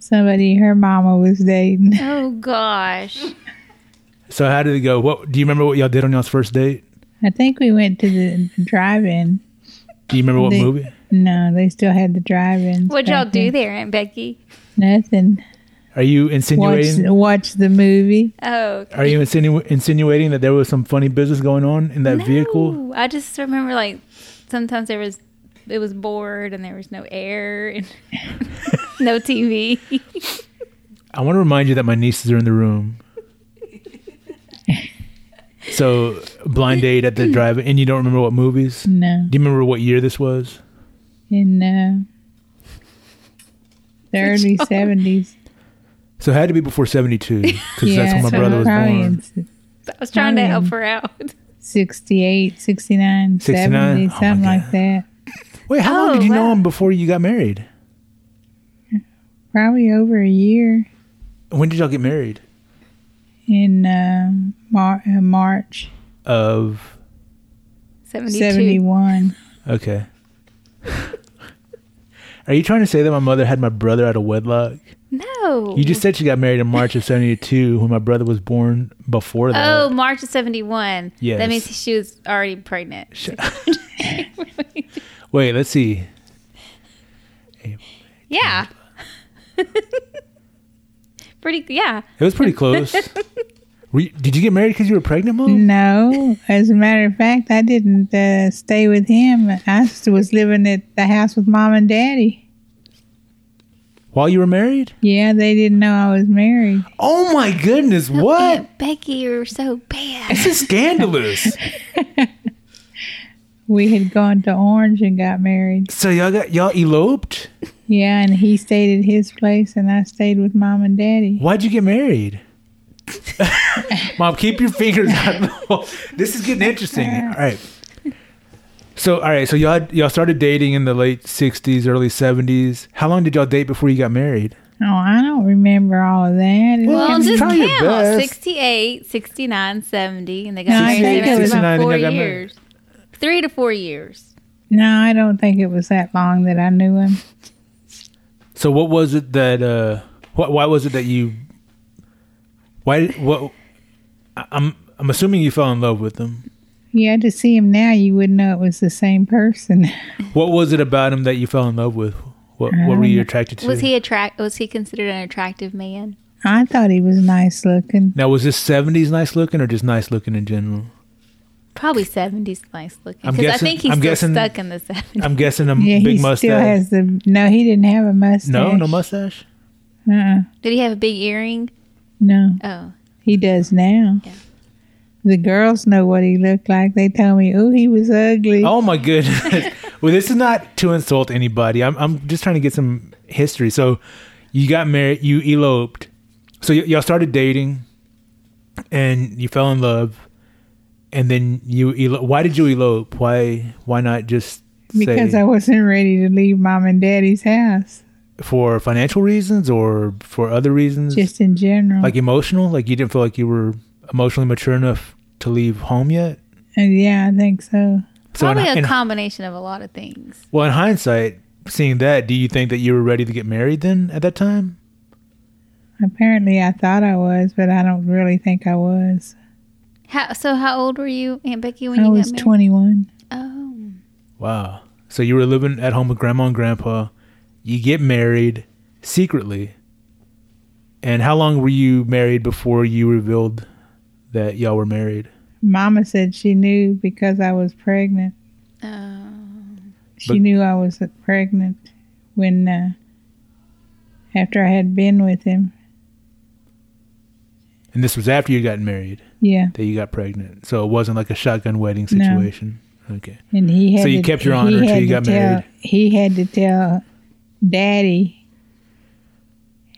Speaker 3: Somebody her mama was dating.
Speaker 1: oh gosh.
Speaker 2: So how did it go? What do you remember what y'all did on y'all's first date?
Speaker 3: I think we went to the drive-in.
Speaker 2: Do you remember what
Speaker 3: They-
Speaker 2: movie?
Speaker 3: No, they still had the drive-in.
Speaker 1: What'd y'all do there, Aunt Becky?
Speaker 3: Nothing.
Speaker 2: Are you
Speaker 3: Watch,
Speaker 2: insinuating?
Speaker 3: watch the movie.
Speaker 1: Oh,
Speaker 2: Are you insinu- insinuating that there was some funny business going on in that vehicle?
Speaker 1: No, I just remember like sometimes there was it was bored and there was no air and no TV.
Speaker 2: I want to remind you that my nieces are in the room. so blind date at the drive-in, and you don't remember what movies?
Speaker 3: No.
Speaker 2: Do you remember what year this was?
Speaker 3: In uh, the early seventies.
Speaker 2: So it had to be before seventy-two because that's when my brother was born.
Speaker 1: I was trying to help
Speaker 3: Fine.
Speaker 1: her out.
Speaker 3: 68, 69,
Speaker 2: 69?
Speaker 3: 70,
Speaker 2: Oh, my
Speaker 3: something
Speaker 2: God.
Speaker 3: like that.
Speaker 2: Wait, how long
Speaker 1: Oh,
Speaker 2: did you know
Speaker 1: wow.
Speaker 2: him before you got married?
Speaker 3: Probably over a year
Speaker 2: When did y'all get married?
Speaker 3: in uh, Mar- uh, March
Speaker 2: Of
Speaker 1: 72.
Speaker 3: 71.
Speaker 2: okay. Are you trying to say that my mother had my brother out of wedlock?
Speaker 1: No.
Speaker 2: You just said she got married in March of 72 when my brother was born before that.
Speaker 1: Oh, March of 71.
Speaker 2: Yes.
Speaker 1: That means she was already pregnant. Oh.
Speaker 2: Wait, let's see.
Speaker 1: Yeah. Pretty yeah.
Speaker 2: It was pretty close. Were you- did you get married because you were pregnant,
Speaker 3: Mm.
Speaker 2: Mom?
Speaker 3: No, as a matter of fact, I didn't uh, stay with him. I s- was living at the house with mom and daddy.
Speaker 2: While you were married?
Speaker 3: Yeah, they didn't know I was married.
Speaker 2: Oh my goodness, what?
Speaker 1: Aunt Becky, you're so bad.
Speaker 2: This is scandalous.
Speaker 3: We had gone to Orange and got married.
Speaker 2: so y'all got y'all eloped?
Speaker 3: Yeah, and he stayed at his place, and I stayed with mom and daddy.
Speaker 2: Why'd you get married? Mom, keep your fingers out. of the hole. this is getting interesting. All right. So, all right. So y'all y'all started dating in the late '60s, early '70s. How long did y'all date before you got married?
Speaker 3: Oh, I don't remember all of that. It
Speaker 2: Well,
Speaker 1: Well,
Speaker 2: just
Speaker 1: just
Speaker 2: try your
Speaker 1: count.
Speaker 2: best.
Speaker 1: 68, 69, 70, and they
Speaker 3: No,
Speaker 1: got
Speaker 3: I
Speaker 1: married
Speaker 3: think it
Speaker 1: after
Speaker 3: was-
Speaker 1: about
Speaker 2: 69,
Speaker 1: four
Speaker 2: they got married.
Speaker 1: years. Three to four years.
Speaker 3: No, I don't think it was that long that I knew him.
Speaker 2: So what was it that uh wh- why was it that you why what I- I'm I'm assuming you fell in love with him.
Speaker 3: You had to see him now, you wouldn't know it was the same person.
Speaker 2: What was it about him that you fell in love with? What what were
Speaker 3: Um,
Speaker 2: you attracted to?
Speaker 1: Was he attract? Was he considered an attractive man?
Speaker 3: I thought he was nice looking.
Speaker 2: now was this 70s nice looking or just nice looking in general?
Speaker 1: Probably seventies, nice looking.
Speaker 2: I'm
Speaker 1: Because I
Speaker 2: guessing-
Speaker 1: think he's
Speaker 2: I'm
Speaker 1: still
Speaker 2: guessing-
Speaker 1: stuck in the seventies.
Speaker 2: I'm guessing a
Speaker 3: Yeah, he
Speaker 2: big
Speaker 3: still
Speaker 2: mustache.
Speaker 3: has the. No, he didn't have a mustache.
Speaker 2: No, no mustache.
Speaker 3: Uh-uh.
Speaker 1: Did he have a big earring?
Speaker 3: No,
Speaker 1: Oh,
Speaker 3: he does now.
Speaker 1: Yeah.
Speaker 3: The girls know what he looked like. They tell me, "Oh, he was ugly."
Speaker 2: Oh my goodness. well, this is not to insult anybody. I'm I'm just trying to get some history. So, you got married, you eloped. So y- y'all started dating and you fell in love and then you elo- why did you elope? Why why not just
Speaker 3: because
Speaker 2: say
Speaker 3: I wasn't ready to leave mom and daddy's house.
Speaker 2: for financial reasons or for other reasons?
Speaker 3: Just in general,
Speaker 2: like emotional? Like you didn't feel like you were emotionally mature enough to leave home yet?
Speaker 3: And yeah, I think so.
Speaker 2: So in-
Speaker 1: probably a
Speaker 2: in
Speaker 1: combination of a lot of things.
Speaker 2: Well, in hindsight, seeing that, do you think that you were ready to get married then at that time?
Speaker 3: Apparently, I thought I was, but I don't really think I was.
Speaker 1: How, so, how old were you, Aunt Becky, when
Speaker 3: I
Speaker 1: you
Speaker 3: was
Speaker 1: got married?
Speaker 3: twenty-one.
Speaker 1: Oh,
Speaker 2: Wow. So you were living at home with grandma and grandpa. You get married secretly. And how long were you married before you revealed that y'all were married?
Speaker 3: Mama said she knew because I was pregnant.
Speaker 1: oh,
Speaker 3: She
Speaker 2: But-
Speaker 3: knew I was pregnant when uh, after I had been with him.
Speaker 2: And this was after you got married,
Speaker 3: Yeah,
Speaker 2: that you got pregnant. So it wasn't like a shotgun wedding
Speaker 3: No.
Speaker 2: situation. Okay.
Speaker 3: and he had
Speaker 2: So you
Speaker 3: to-
Speaker 2: kept your
Speaker 3: he
Speaker 2: honor until
Speaker 3: had
Speaker 2: you
Speaker 3: to
Speaker 2: got
Speaker 3: tell-
Speaker 2: married.
Speaker 3: He had to tell Daddy,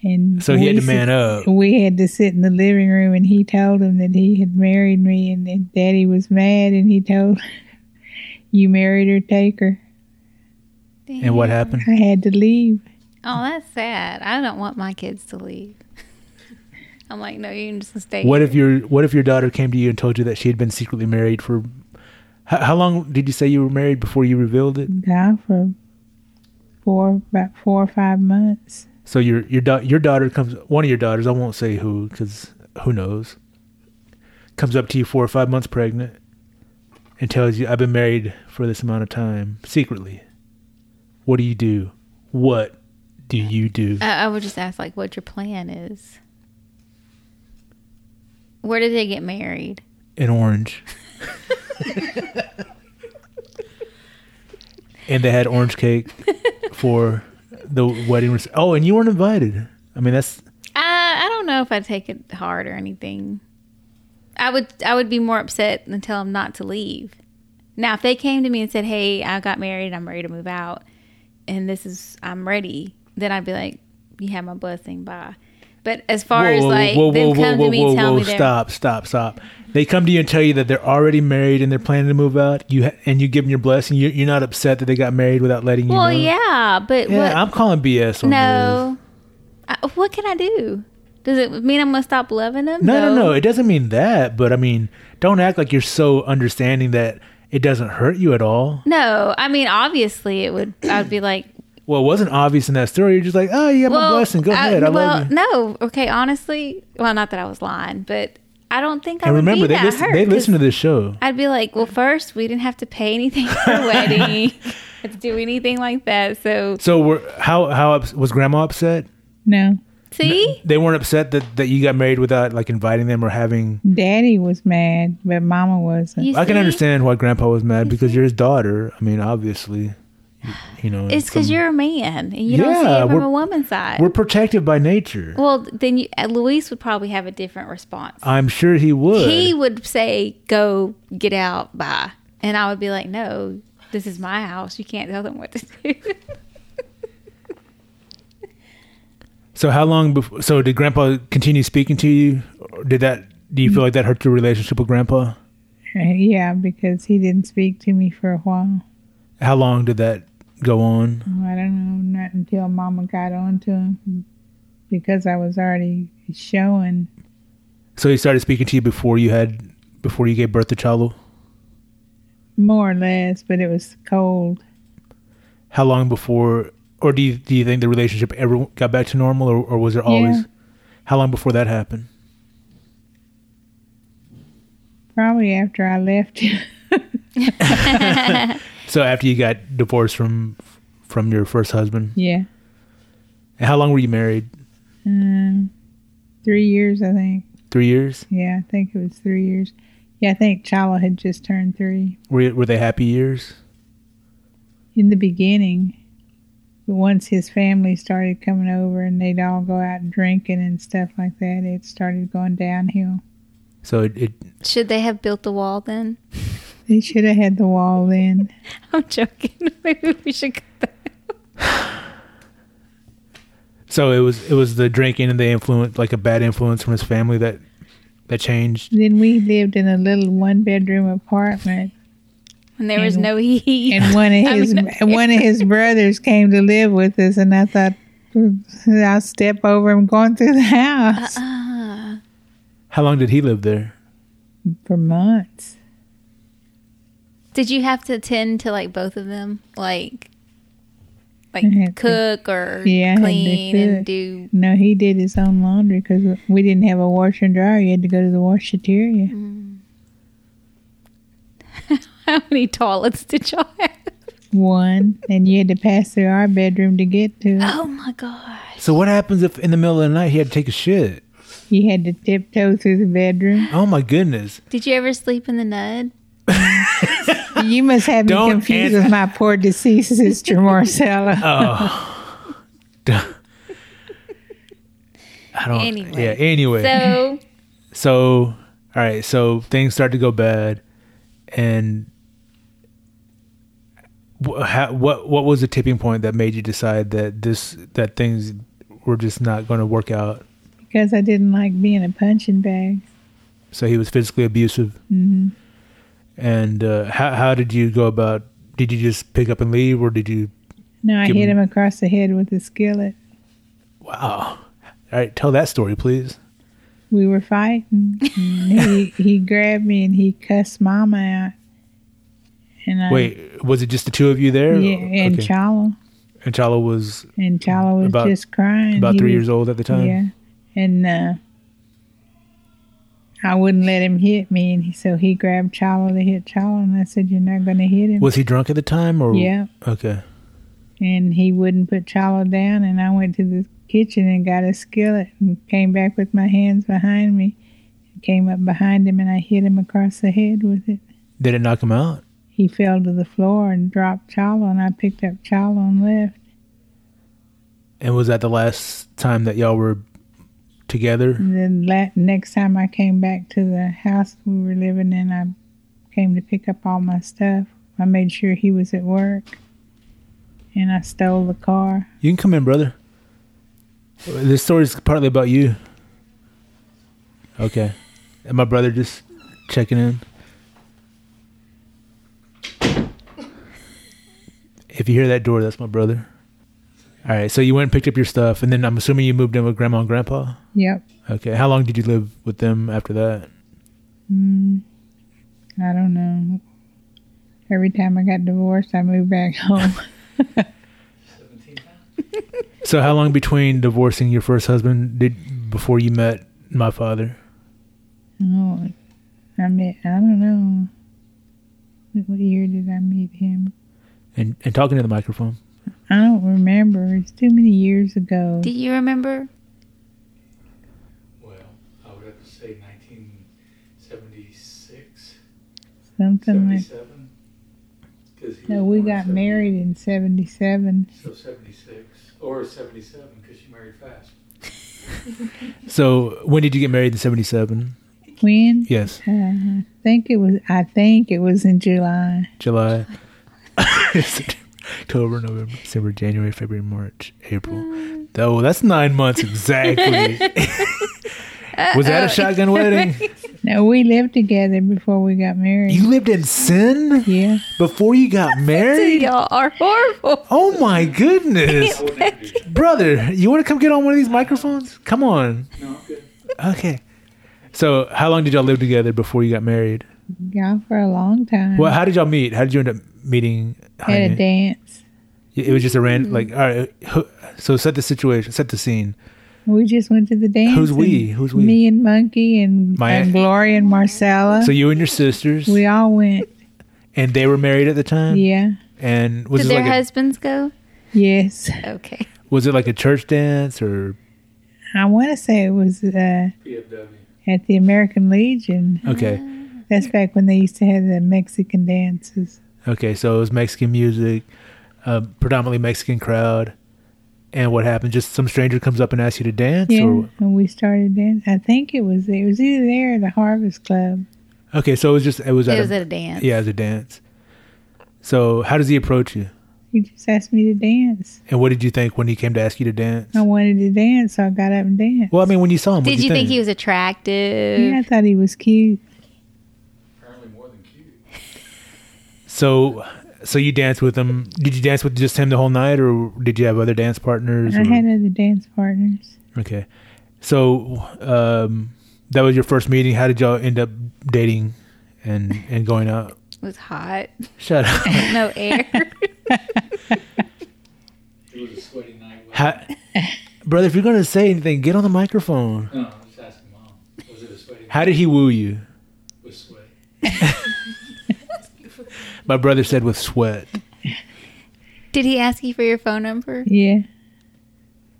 Speaker 3: and
Speaker 2: So he had
Speaker 3: we
Speaker 2: to man up.
Speaker 3: we had to sit in the living room and he told him that he had married me and then daddy was mad and he told you married her take her
Speaker 2: And what happened?
Speaker 3: i had to leave
Speaker 1: Oh, that's sad. I don't want my kids to leave. I'm like, no, you can just stay.
Speaker 2: What
Speaker 1: here.
Speaker 2: if your What if your daughter came to you and told you that she had been secretly married for? How, how long did you say you were married before you revealed it?
Speaker 3: gone for four about four or five months
Speaker 2: So your your da- your daughter comes. One of your daughters, I won't say who, because who knows. Comes up to you four or five months pregnant, and tells you, "I've been married for this amount of time secretly." What do you do? What do you do?
Speaker 1: I, I would just ask, like, what your plan is. Where did they get married?
Speaker 2: An orange. and they had orange cake for the wedding. rece- oh, and you weren't invited. I mean, that's
Speaker 1: Uh, I don't know if I take it hard or anything. I would I would be more upset and tell them not to leave. Now, if they came to me and said, "Hey, I got married. I'm ready to move out, and this is I'm ready," then I'd be like, "You have my blessing, bye." But as far as like them come to me and tell me they're
Speaker 2: stop, stop, stop. They come to you and tell you that they're already married and they're planning to move out. You ha- and you give them your blessing. You, you're not upset that they got married without letting you
Speaker 1: well,
Speaker 2: know.
Speaker 1: yeah, but
Speaker 2: Yeah,
Speaker 1: what?
Speaker 2: I'm calling BS on those.
Speaker 1: no, I, what can I do? Does it mean I'm gonna stop loving them?
Speaker 2: No, no, no. It doesn't mean that, but I mean, don't act like you're so understanding that it doesn't hurt you at all.
Speaker 1: No, I mean obviously it would. I'd be like,
Speaker 2: Well, it wasn't obvious in that story. You're just like, oh, you got my blessing. Go
Speaker 1: I-
Speaker 2: ahead. I
Speaker 1: uh, well,
Speaker 2: love you.
Speaker 1: no, okay. Honestly, well, not that I was lying, but I don't think I
Speaker 2: And
Speaker 1: would
Speaker 2: remember,
Speaker 1: be
Speaker 2: they
Speaker 1: that
Speaker 2: listen,
Speaker 1: hurt.
Speaker 2: they
Speaker 1: 'cause
Speaker 2: listen to this show.
Speaker 1: I'd be like, well, first we didn't have to pay anything for the wedding, have to do anything like that. So
Speaker 2: So, we're, how how ups, was Grandma upset?
Speaker 3: no
Speaker 1: see,
Speaker 2: They weren't upset that, that you got married without like inviting them or having.
Speaker 3: daddy was mad but mama wasn't
Speaker 1: You
Speaker 2: I can
Speaker 1: see?
Speaker 2: understand why Grandpa was mad because you're his daughter. I mean, obviously, you, you know.
Speaker 1: It's because
Speaker 2: from-
Speaker 1: you're a man and you don't see
Speaker 2: Yeah,
Speaker 1: it from
Speaker 2: we're-
Speaker 1: a woman's side.
Speaker 2: We're protective by nature.
Speaker 1: Well, then you, uh, Luis would probably have a different response.
Speaker 2: I'm sure he would.
Speaker 1: He would say, "Go get out, bye," and I would be like, "No, this is my house. You can't tell them what to do."
Speaker 2: so, how long before? So, did Grandpa continue speaking to you? Or did that? Do you feel like that hurt your relationship with Grandpa?
Speaker 3: yeah because he didn't speak to me for a while
Speaker 2: How long did that go on?
Speaker 3: i don't know not until mama got on to him because i was already showing
Speaker 2: So he started speaking to you before you had before you gave birth to Chalo.
Speaker 3: more or less but it was cold
Speaker 2: How long before, or do you do you think the relationship ever got back to normal, or, or was it always?
Speaker 3: Yeah.
Speaker 2: How long before that happened?
Speaker 3: Probably after I left him.
Speaker 2: So after you got divorced from from your first husband,
Speaker 3: yeah.
Speaker 2: and how long were you married?
Speaker 3: Um, three years, I think.
Speaker 2: Three years.
Speaker 3: Yeah, I think it was three years. Yeah, I think Chala had just turned three
Speaker 2: Were were they happy years?
Speaker 3: in the beginning. But once his family started coming over and they'd all go out drinking and stuff like that, it started going downhill.
Speaker 2: So it, it
Speaker 1: Should they have built the wall then?
Speaker 3: They should have had the wall in.
Speaker 1: I'm joking. Maybe we should. Go back.
Speaker 2: so it was it was the drinking and the influence like a bad influence from his family that that changed.
Speaker 3: Then we lived in a little one bedroom apartment,
Speaker 1: When there was no heat.
Speaker 3: and one of
Speaker 1: I
Speaker 3: his
Speaker 1: mean-
Speaker 3: and one of his brothers came to live with us, and I thought. I'll step over him going through the house.
Speaker 1: Uh-uh.
Speaker 2: How long did he live there?
Speaker 3: for months.
Speaker 1: Did you have to attend to like both of them, like,
Speaker 3: I had
Speaker 1: like
Speaker 3: to-
Speaker 1: cook or
Speaker 3: Yeah, I had to
Speaker 1: clean
Speaker 3: cook.
Speaker 1: and do?
Speaker 3: No, he did his own laundry because we didn't have a washer and dryer. You had to go to the washateria.
Speaker 1: Mm. How many toilets did y'all have?
Speaker 3: One, and you had to pass through our bedroom to get to it.
Speaker 1: Oh my gosh!
Speaker 2: So what happens if in the middle of the night he had to take a shit?
Speaker 3: You had to tiptoe through the bedroom.
Speaker 2: Oh my goodness!
Speaker 1: Did you ever sleep in the nud?
Speaker 3: You must have me
Speaker 2: Don't
Speaker 3: confused
Speaker 2: answer-
Speaker 3: with my poor deceased sister Marcella.
Speaker 2: Oh, I don't.
Speaker 1: Anyway.
Speaker 2: Yeah. Anyway.
Speaker 1: So
Speaker 2: so all right so things start to go bad and wh- how, what what was the tipping point that made you decide that this that things were just not going to work out
Speaker 3: because I didn't like being a punching bag.
Speaker 2: so he was physically abusive
Speaker 3: hmm
Speaker 2: and uh, how how did you go about did you just pick up and leave or did you
Speaker 3: No, I
Speaker 2: Give
Speaker 3: hit
Speaker 2: him-
Speaker 3: him across the head with a skillet.
Speaker 2: wow all right tell that story please
Speaker 3: We were fighting. and he he grabbed me and he cussed Mama out. And I,
Speaker 2: wait was it just the two of you there
Speaker 3: Uh, yeah, and
Speaker 2: Okay.
Speaker 3: Chala,
Speaker 2: and Chala was
Speaker 3: and Chala was
Speaker 2: About-
Speaker 3: just crying.
Speaker 2: about
Speaker 3: He
Speaker 2: three
Speaker 3: was-
Speaker 2: years old at the time
Speaker 3: Yeah, and uh, I wouldn't let him hit me, and he, so he grabbed Chala to hit Chala, and I said, "You're not going to hit him."
Speaker 2: was he drunk at the time or
Speaker 3: yeah,
Speaker 2: okay
Speaker 3: and he wouldn't put Chala down, and I went to the kitchen and got a skillet and came back with my hands behind me, came up behind him, and I hit him across the head with it.
Speaker 2: did it knock him out
Speaker 3: He fell to the floor and dropped Chala, and I picked up Chala and left.
Speaker 2: And was that the last time that y'all were together?
Speaker 3: And then la- next time I came back to the house we were living in, I came to pick up all my stuff. I made sure he was at work, and I stole the car.
Speaker 2: You can come in, brother. This story's partly about you. Okay. And my brother just checking in. If you hear that door, that's my brother. All right. So you went and picked up your stuff, and then I'm assuming you moved in with grandma and grandpa.
Speaker 3: Yep.
Speaker 2: Okay. How long did you live with them after that?
Speaker 3: Mm, I don't know. Every time I got divorced, I moved back home.
Speaker 2: So how long between divorcing your first husband did before you met my father?
Speaker 3: oh, I mean, I don't know. What- What year did I meet him?
Speaker 2: And and talking to the microphone.
Speaker 3: I don't remember. It's too many years ago.
Speaker 1: do you remember?
Speaker 5: Well, I would have to say 1976,
Speaker 3: Something like
Speaker 5: 77. 'cause he
Speaker 3: No,
Speaker 5: was
Speaker 3: we
Speaker 5: born in
Speaker 3: got
Speaker 5: 70,
Speaker 3: married in '77.
Speaker 5: So 76 or 77 because she married fast.
Speaker 2: So when did you get married in seventy seven?
Speaker 3: When?
Speaker 2: Yes,
Speaker 3: Uh, I think it was. I think it was in July.
Speaker 2: July, October, November, December, January, February, March, April. Oh, that's nine months exactly. Was that a shotgun wedding?
Speaker 3: No, we lived together before we got married.
Speaker 2: You lived in sin
Speaker 3: yeah,
Speaker 2: before you got married?
Speaker 1: Y'all are horrible.
Speaker 2: Oh my goodness. Brother, you want to come get on one of these microphones? Come on.
Speaker 5: No, I'm good.
Speaker 2: Okay. So, how long did y'all live together before you got married?
Speaker 3: y'all for a long time.
Speaker 2: Well, how did y'all meet? How did you end up meeting?
Speaker 3: At
Speaker 2: Jaime?
Speaker 3: a dance,
Speaker 2: It was just a random,
Speaker 1: Mm-hmm.
Speaker 2: like, all right. who- So set the situation, set the scene.
Speaker 3: we just went to the dance.
Speaker 2: Who's
Speaker 3: and
Speaker 2: we? Who's we?
Speaker 3: Me and Monkey and,
Speaker 2: My-
Speaker 3: and Gloria and Marcella.
Speaker 2: So you and your sisters,
Speaker 3: we all went.
Speaker 2: and they were married at the time.
Speaker 3: Yeah.
Speaker 2: And was
Speaker 1: Did
Speaker 2: it
Speaker 1: their
Speaker 2: like a,
Speaker 1: husbands go?
Speaker 3: Yes.
Speaker 1: Okay.
Speaker 2: was it like a church dance or
Speaker 3: I want to say it was uh,
Speaker 5: PFW.
Speaker 3: at the American Legion.
Speaker 2: okay,
Speaker 3: That's back when they used to have the Mexican dances.
Speaker 2: okay? So it was Mexican music, uh, predominantly Mexican crowd. And what happened? Just some stranger comes up and asks you to dance,
Speaker 3: Yeah,
Speaker 2: or
Speaker 3: and we started dancing. I think it was it was either there or the Harvest Club.
Speaker 2: okay? So it was just it was,
Speaker 1: It
Speaker 2: at
Speaker 1: was
Speaker 2: a,
Speaker 1: at a dance.
Speaker 2: yeah, it was a dance. So how does he approach you?
Speaker 3: He just asked me to dance.
Speaker 2: And what did you think when he came to ask you to dance?
Speaker 3: I wanted to dance, so I got up and danced.
Speaker 2: Well, I mean, when you saw him,
Speaker 1: Did you think
Speaker 2: he was?
Speaker 1: he was attractive?
Speaker 3: yeah, I thought he was cute.
Speaker 5: Apparently more than cute.
Speaker 2: So, so you danced with him? Did you dance with just him the whole night, or did you have other dance partners?
Speaker 3: I
Speaker 2: or-
Speaker 3: had other dance partners.
Speaker 2: okay, so um, that was your first meeting. How did y'all end up dating and and going out?
Speaker 1: It was hot.
Speaker 2: Shut up.
Speaker 1: No air.
Speaker 5: It was a sweaty night. wasn't
Speaker 2: How, brother, if you're gonna say anything, get on the microphone.
Speaker 5: it? No, I'm just asking mom. Was it a sweaty night
Speaker 2: How did he woo you?
Speaker 5: with sweat?
Speaker 2: My brother said with sweat,
Speaker 1: Did he ask you for your phone number?
Speaker 3: Yeah,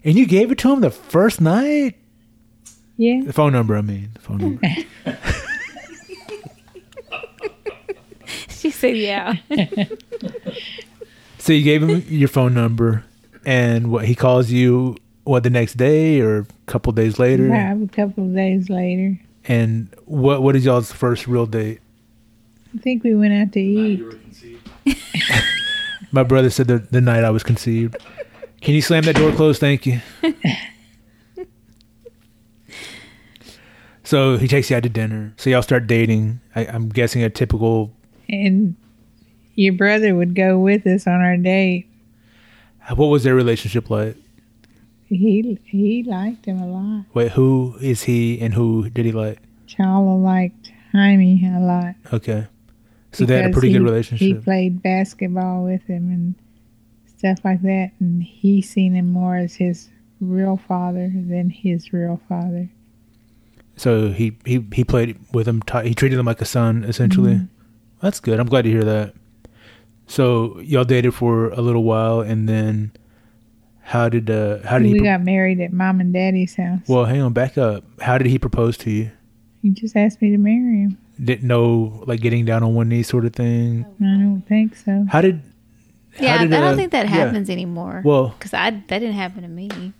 Speaker 2: and you gave it to him the first night.
Speaker 3: yeah.
Speaker 2: The phone number, I mean, the phone number.
Speaker 1: She said, "Yeah."
Speaker 2: So you gave him your phone number, and what he calls you what the next day or a couple days later
Speaker 3: Probably a couple of days later.
Speaker 2: and what what is y'all's first real date
Speaker 3: I think we went out to eat.
Speaker 2: my brother said the, the night i was conceived can you slam that door closed thank you so he takes you out to dinner so y'all start dating I, i'm guessing a typical
Speaker 3: And your brother would go with us on our date.
Speaker 2: what was their relationship like
Speaker 3: He he liked him a lot.
Speaker 2: wait who is he and who did he like
Speaker 3: Chala liked Jaime a lot.
Speaker 2: okay so they had a
Speaker 3: because
Speaker 2: pretty good
Speaker 3: he- He
Speaker 2: relationship
Speaker 3: played basketball with him and stuff like that, and he seen him more as his real father than his real father.
Speaker 2: So he he he played with him. ti- He treated him like a son, essentially.
Speaker 1: Mm-hmm.
Speaker 2: That's good. I'm glad to hear that. So y'all dated for a little while, and then how did uh how did
Speaker 3: we
Speaker 2: he? pro-
Speaker 3: got married at mom and daddy's house.
Speaker 2: well, hang on, back up. How did he propose to you?
Speaker 3: he just asked me to marry him.
Speaker 2: Didn't know like getting down on one knee sort of thing.
Speaker 3: I don't think so.
Speaker 2: How did?
Speaker 1: Yeah,
Speaker 2: how
Speaker 1: I
Speaker 2: did,
Speaker 1: don't
Speaker 2: uh,
Speaker 1: think that
Speaker 2: yeah.
Speaker 1: happens anymore.
Speaker 2: Well,
Speaker 1: Because I that didn't happen to me.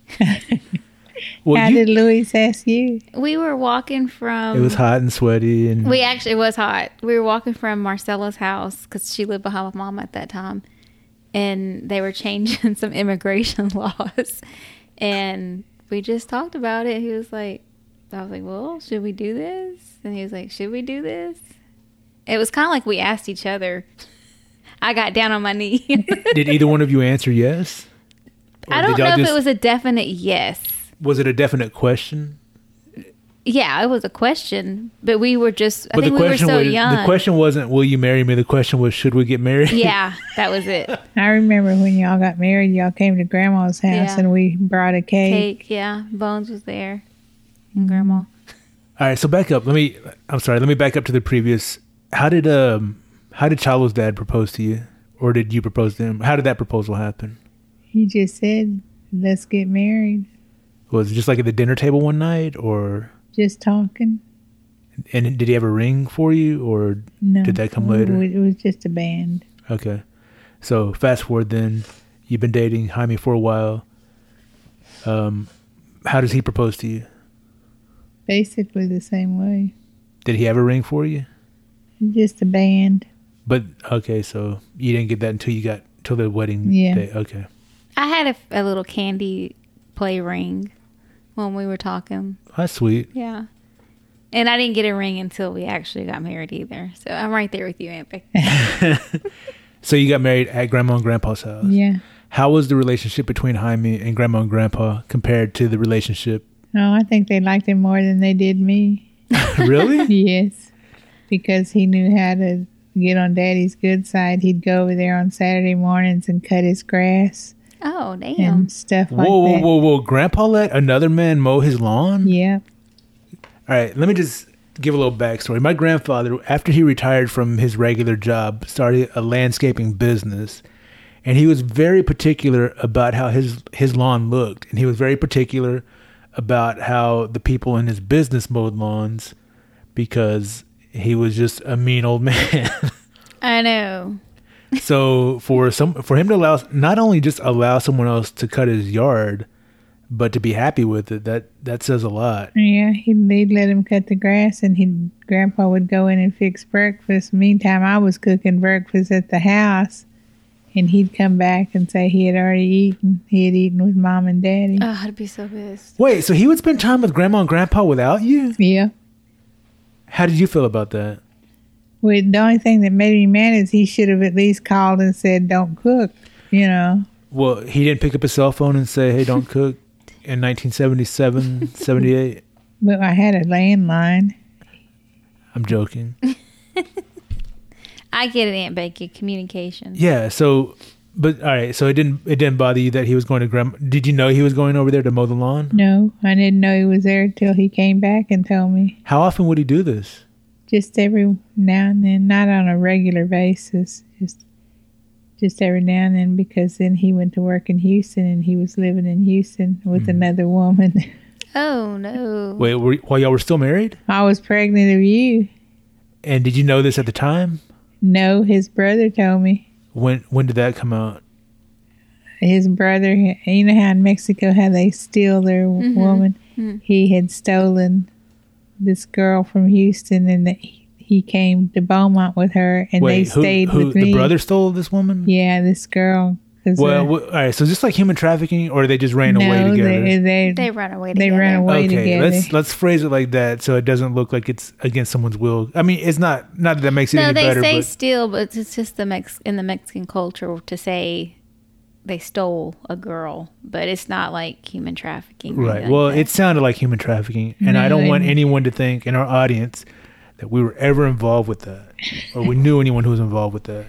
Speaker 2: well,
Speaker 3: How
Speaker 2: you,
Speaker 3: did Luis ask you?
Speaker 1: We were walking from.
Speaker 2: it was hot and sweaty, and
Speaker 1: We actually it was hot. We were walking from Marcella's house because she lived behind my mom at that time, and they were changing some immigration laws, and we just talked about it. He was like, "I was like, well, should we do this?" And he was like, "Should we do this?" It was kind of like we asked each other. I got down on my knee.
Speaker 2: did either one of you answer yes? Or
Speaker 1: I
Speaker 2: did
Speaker 1: don't
Speaker 2: y'all
Speaker 1: know if
Speaker 2: just-
Speaker 1: it was a definite yes.
Speaker 2: Was it a definite question?
Speaker 1: Yeah, it was a question, but we were just. I
Speaker 2: but the
Speaker 1: think we were
Speaker 2: question
Speaker 1: so
Speaker 2: was
Speaker 1: young.
Speaker 2: the question wasn't will you marry me? The question was should we get married?
Speaker 1: yeah, that was it.
Speaker 3: I remember when y'all got married, y'all came to grandma's house
Speaker 1: Yeah.
Speaker 3: and we brought a cake. Mm-hmm.
Speaker 1: Cake, yeah. Bones was there. And grandma.
Speaker 2: All right, so back up. Let me. I'm sorry. Let me back up to the previous. How did um how did Chalo's dad propose to you, or did you propose to him? How did that proposal happen?
Speaker 3: He just said, "Let's get married."
Speaker 2: Was it just like at the dinner table one night, or
Speaker 3: Just talking.
Speaker 2: and did he have a ring for you, or
Speaker 3: No,
Speaker 2: Did that come later?
Speaker 3: It was just a band.
Speaker 2: okay? So fast forward then, you've been dating Jaime for a while. Um, how does he propose to you?
Speaker 3: basically the same way.
Speaker 2: Did he have a ring for you?
Speaker 3: Just a band.
Speaker 2: But okay, so you didn't get that until you got till the wedding
Speaker 3: Yeah.
Speaker 2: day. Okay,
Speaker 1: I had a, a little candy play ring when we were talking.
Speaker 2: that's sweet.
Speaker 1: Yeah. And I didn't get a ring until we actually got married either. So I'm right there with you, Anthony.
Speaker 2: So you got married at grandma and grandpa's house.
Speaker 3: Yeah.
Speaker 2: How was the relationship between Jaime and grandma and grandpa compared to the relationship?
Speaker 3: No, I think they liked him more than they did me.
Speaker 2: really?
Speaker 3: Yes. Because he knew how to get on daddy's good side. He'd go over there on Saturday mornings and cut his grass
Speaker 1: Oh, damn.
Speaker 3: and stuff like
Speaker 2: whoa, whoa,
Speaker 3: that.
Speaker 2: whoa, whoa! Grandpa let another man mow his lawn.
Speaker 3: Yeah.
Speaker 2: All right, let me just give a little backstory. My grandfather, after he retired from his regular job, started a landscaping business, and he was very particular about how his his lawn looked, and he was very particular about how the people in his business mowed lawns because he was just a mean old man.
Speaker 1: I know.
Speaker 2: so for some for him to allow not only just allow someone else to cut his yard, but to be happy with it, that that says a lot.
Speaker 3: Yeah. He'd, they'd let him cut the grass and he'd, grandpa would go in and fix breakfast. Meantime, I was cooking breakfast at the house. And he'd come back and say he had already eaten. He had eaten with mom and daddy.
Speaker 1: Oh, I'd be so pissed.
Speaker 2: Wait, so he would spend time with grandma and grandpa without you?
Speaker 3: Yeah.
Speaker 2: How did you feel about that?
Speaker 3: Well, the only thing that made me mad is he should have at least called and said, "Don't cook," you know.
Speaker 2: Well, he didn't pick up his cell phone and say, hey, don't cook in 1977, 78.
Speaker 3: But I had a landline.
Speaker 2: I'm joking.
Speaker 1: I get it, Aunt Becky. Communication.
Speaker 2: Yeah, so, but all right, so it didn't it didn't bother you that he was going to grandma. Did you know he was going over there to mow the lawn?
Speaker 3: No, I didn't know he was there till he came back and told me.
Speaker 2: How often would he do this?
Speaker 3: Just every now and then, not on a regular basis. Just, just every now and then, because then he went to work in Houston and he was living in Houston with another woman.
Speaker 1: Oh, no.
Speaker 2: Wait, were, while y'all were still married?
Speaker 3: I was pregnant of you.
Speaker 2: And did you know this at the time?
Speaker 3: No, his brother told me.
Speaker 2: When when did that come out?
Speaker 3: his brother, you know how in Mexico how they steal their woman. He had stolen this girl from Houston, and that he- he came to Beaumont with her, and
Speaker 2: Wait,
Speaker 3: they
Speaker 2: who,
Speaker 3: stayed
Speaker 2: who
Speaker 3: with
Speaker 2: the
Speaker 3: me.
Speaker 2: brother stole this woman?
Speaker 3: Yeah, this girl. 'cause,
Speaker 2: Well,
Speaker 3: uh,
Speaker 2: wh- all right. So is this like human trafficking, or they just ran away
Speaker 3: no,
Speaker 2: together?
Speaker 3: they they
Speaker 1: They run away.
Speaker 3: they
Speaker 1: together.
Speaker 3: ran away
Speaker 2: okay,
Speaker 3: together.
Speaker 2: let's let's phrase it like that, so it doesn't look like it's against someone's will. I mean, it's not not that that makes it
Speaker 1: No,
Speaker 2: any
Speaker 1: they
Speaker 2: better.
Speaker 1: say
Speaker 2: but
Speaker 1: steal, but it's just the Mex in the Mexican culture to say they stole a girl, but it's not like human trafficking. or
Speaker 2: Right.
Speaker 1: anything
Speaker 2: Well,
Speaker 1: like that.
Speaker 2: it sounded like human trafficking, and I
Speaker 3: No,
Speaker 2: don't
Speaker 3: they-
Speaker 2: want anyone to think in our audience that we were ever involved with that, or we knew anyone who was involved with that.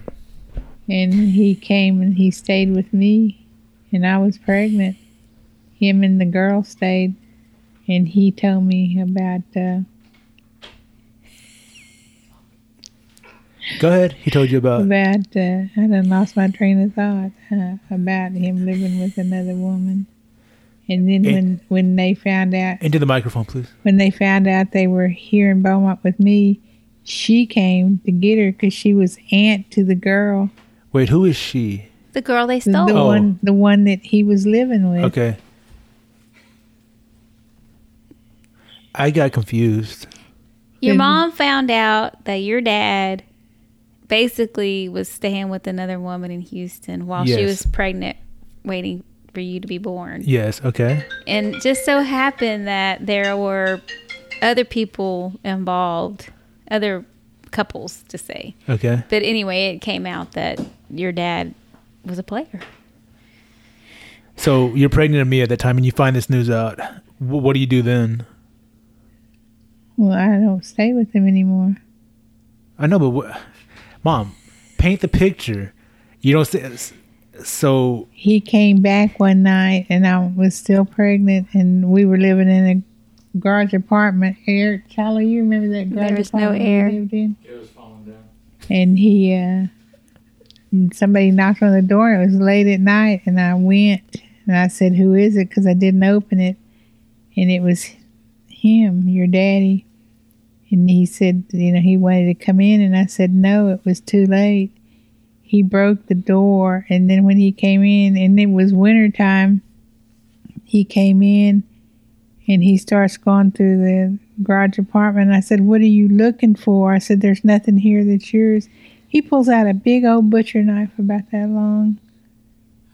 Speaker 3: and he came and he stayed with me and i was pregnant him and the girl stayed and he told me about uh,
Speaker 2: Go ahead. He told you about.
Speaker 3: about uh, i done lost my train of thought huh, about him living with another woman and then when when they found out
Speaker 2: Into the microphone, please.
Speaker 3: when they found out they were here in beaumont with me she came to get her because she was aunt to the girl
Speaker 2: Wait, who is she?
Speaker 1: the girl they
Speaker 3: the
Speaker 1: stole.
Speaker 3: the
Speaker 2: Oh.
Speaker 3: one the one that he was living with
Speaker 2: Okay. I got confused.
Speaker 1: Your
Speaker 3: Mhm.
Speaker 1: mom found out that your dad basically was staying with another woman in Houston while she
Speaker 2: Yes.
Speaker 1: was pregnant, waiting for you to be born.
Speaker 2: Yes. Okay.
Speaker 1: And it just so happened that there were other people involved, other couples to say.
Speaker 2: Okay.
Speaker 1: But anyway, it came out that your dad was a player.
Speaker 2: So you're pregnant of me at that time, and you find this news out. Wh- What do you do then?
Speaker 3: well i don't stay with him anymore
Speaker 2: I know, but wh- mom, paint the picture. You don't say. s- So
Speaker 3: he came back one night and I was still pregnant and we were living in a garage apartment. Eric, Charlie, you remember that garage
Speaker 1: There was no
Speaker 3: apartment we
Speaker 1: air.
Speaker 3: lived in? It was falling down. And he, uh, somebody knocked on the door. It was late at night and I went and I said, who is it? Because I didn't open it. And it was him, your daddy. And he said, you know, he wanted to come in. And I said, no, it was too late he broke the door and then when he came in and it was winter time he came in and he starts going through the garage apartment i said what are you looking for i said there's nothing here that's yours he pulls out a big old butcher knife about that long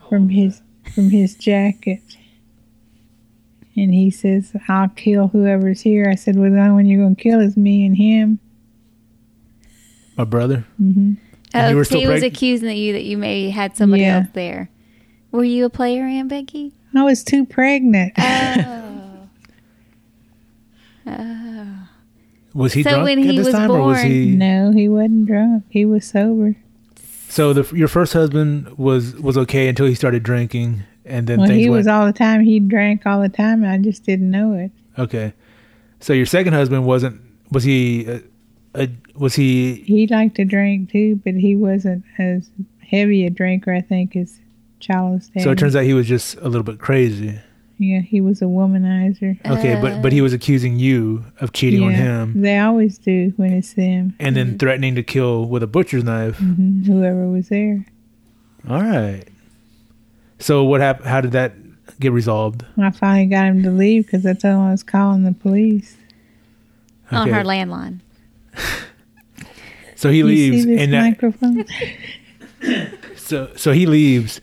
Speaker 3: from his from his jacket and he says i'll kill whoever's here i said well the only one you're going to kill is me and him
Speaker 2: my brother. And
Speaker 1: Oh,
Speaker 2: you were
Speaker 1: he
Speaker 2: still
Speaker 1: was
Speaker 2: preg-
Speaker 1: accusing you that you maybe had somebody
Speaker 3: Yeah.
Speaker 1: else there. Were you a player, Aunt Becky?
Speaker 3: i was too pregnant
Speaker 2: Was he
Speaker 1: So
Speaker 2: drunk
Speaker 1: when
Speaker 2: at
Speaker 1: he
Speaker 2: this
Speaker 1: was
Speaker 2: time, or was
Speaker 1: born-
Speaker 2: he?
Speaker 3: no he wasn't drunk he was sober
Speaker 2: So the, your first husband was was okay until he started drinking, and then
Speaker 3: Well,
Speaker 2: things
Speaker 3: he
Speaker 2: went
Speaker 3: was all the time. He drank all the time, and I just didn't know it.
Speaker 2: okay. So your second husband wasn't was he? Uh, uh, was he?
Speaker 3: He liked to drink too, but he wasn't as heavy a drinker, I think, as Child's dad.
Speaker 2: So it turns out he was just a little bit crazy.
Speaker 3: yeah, he was a womanizer.
Speaker 2: Okay, but but he was accusing you of cheating
Speaker 3: yeah, Mm-hmm.
Speaker 2: on him,
Speaker 3: They always do when it's them,
Speaker 2: and then threatening to kill with a butcher's knife.
Speaker 3: Mhm, whoever was there.
Speaker 2: All right. So what happened? How did that get resolved?
Speaker 3: I finally got him to leave because I told him I was calling the police.
Speaker 1: On
Speaker 2: Okay.
Speaker 1: her landline.
Speaker 2: So he
Speaker 3: you
Speaker 2: leaves,
Speaker 3: see this
Speaker 2: and that,
Speaker 3: microphone?
Speaker 2: so so he leaves,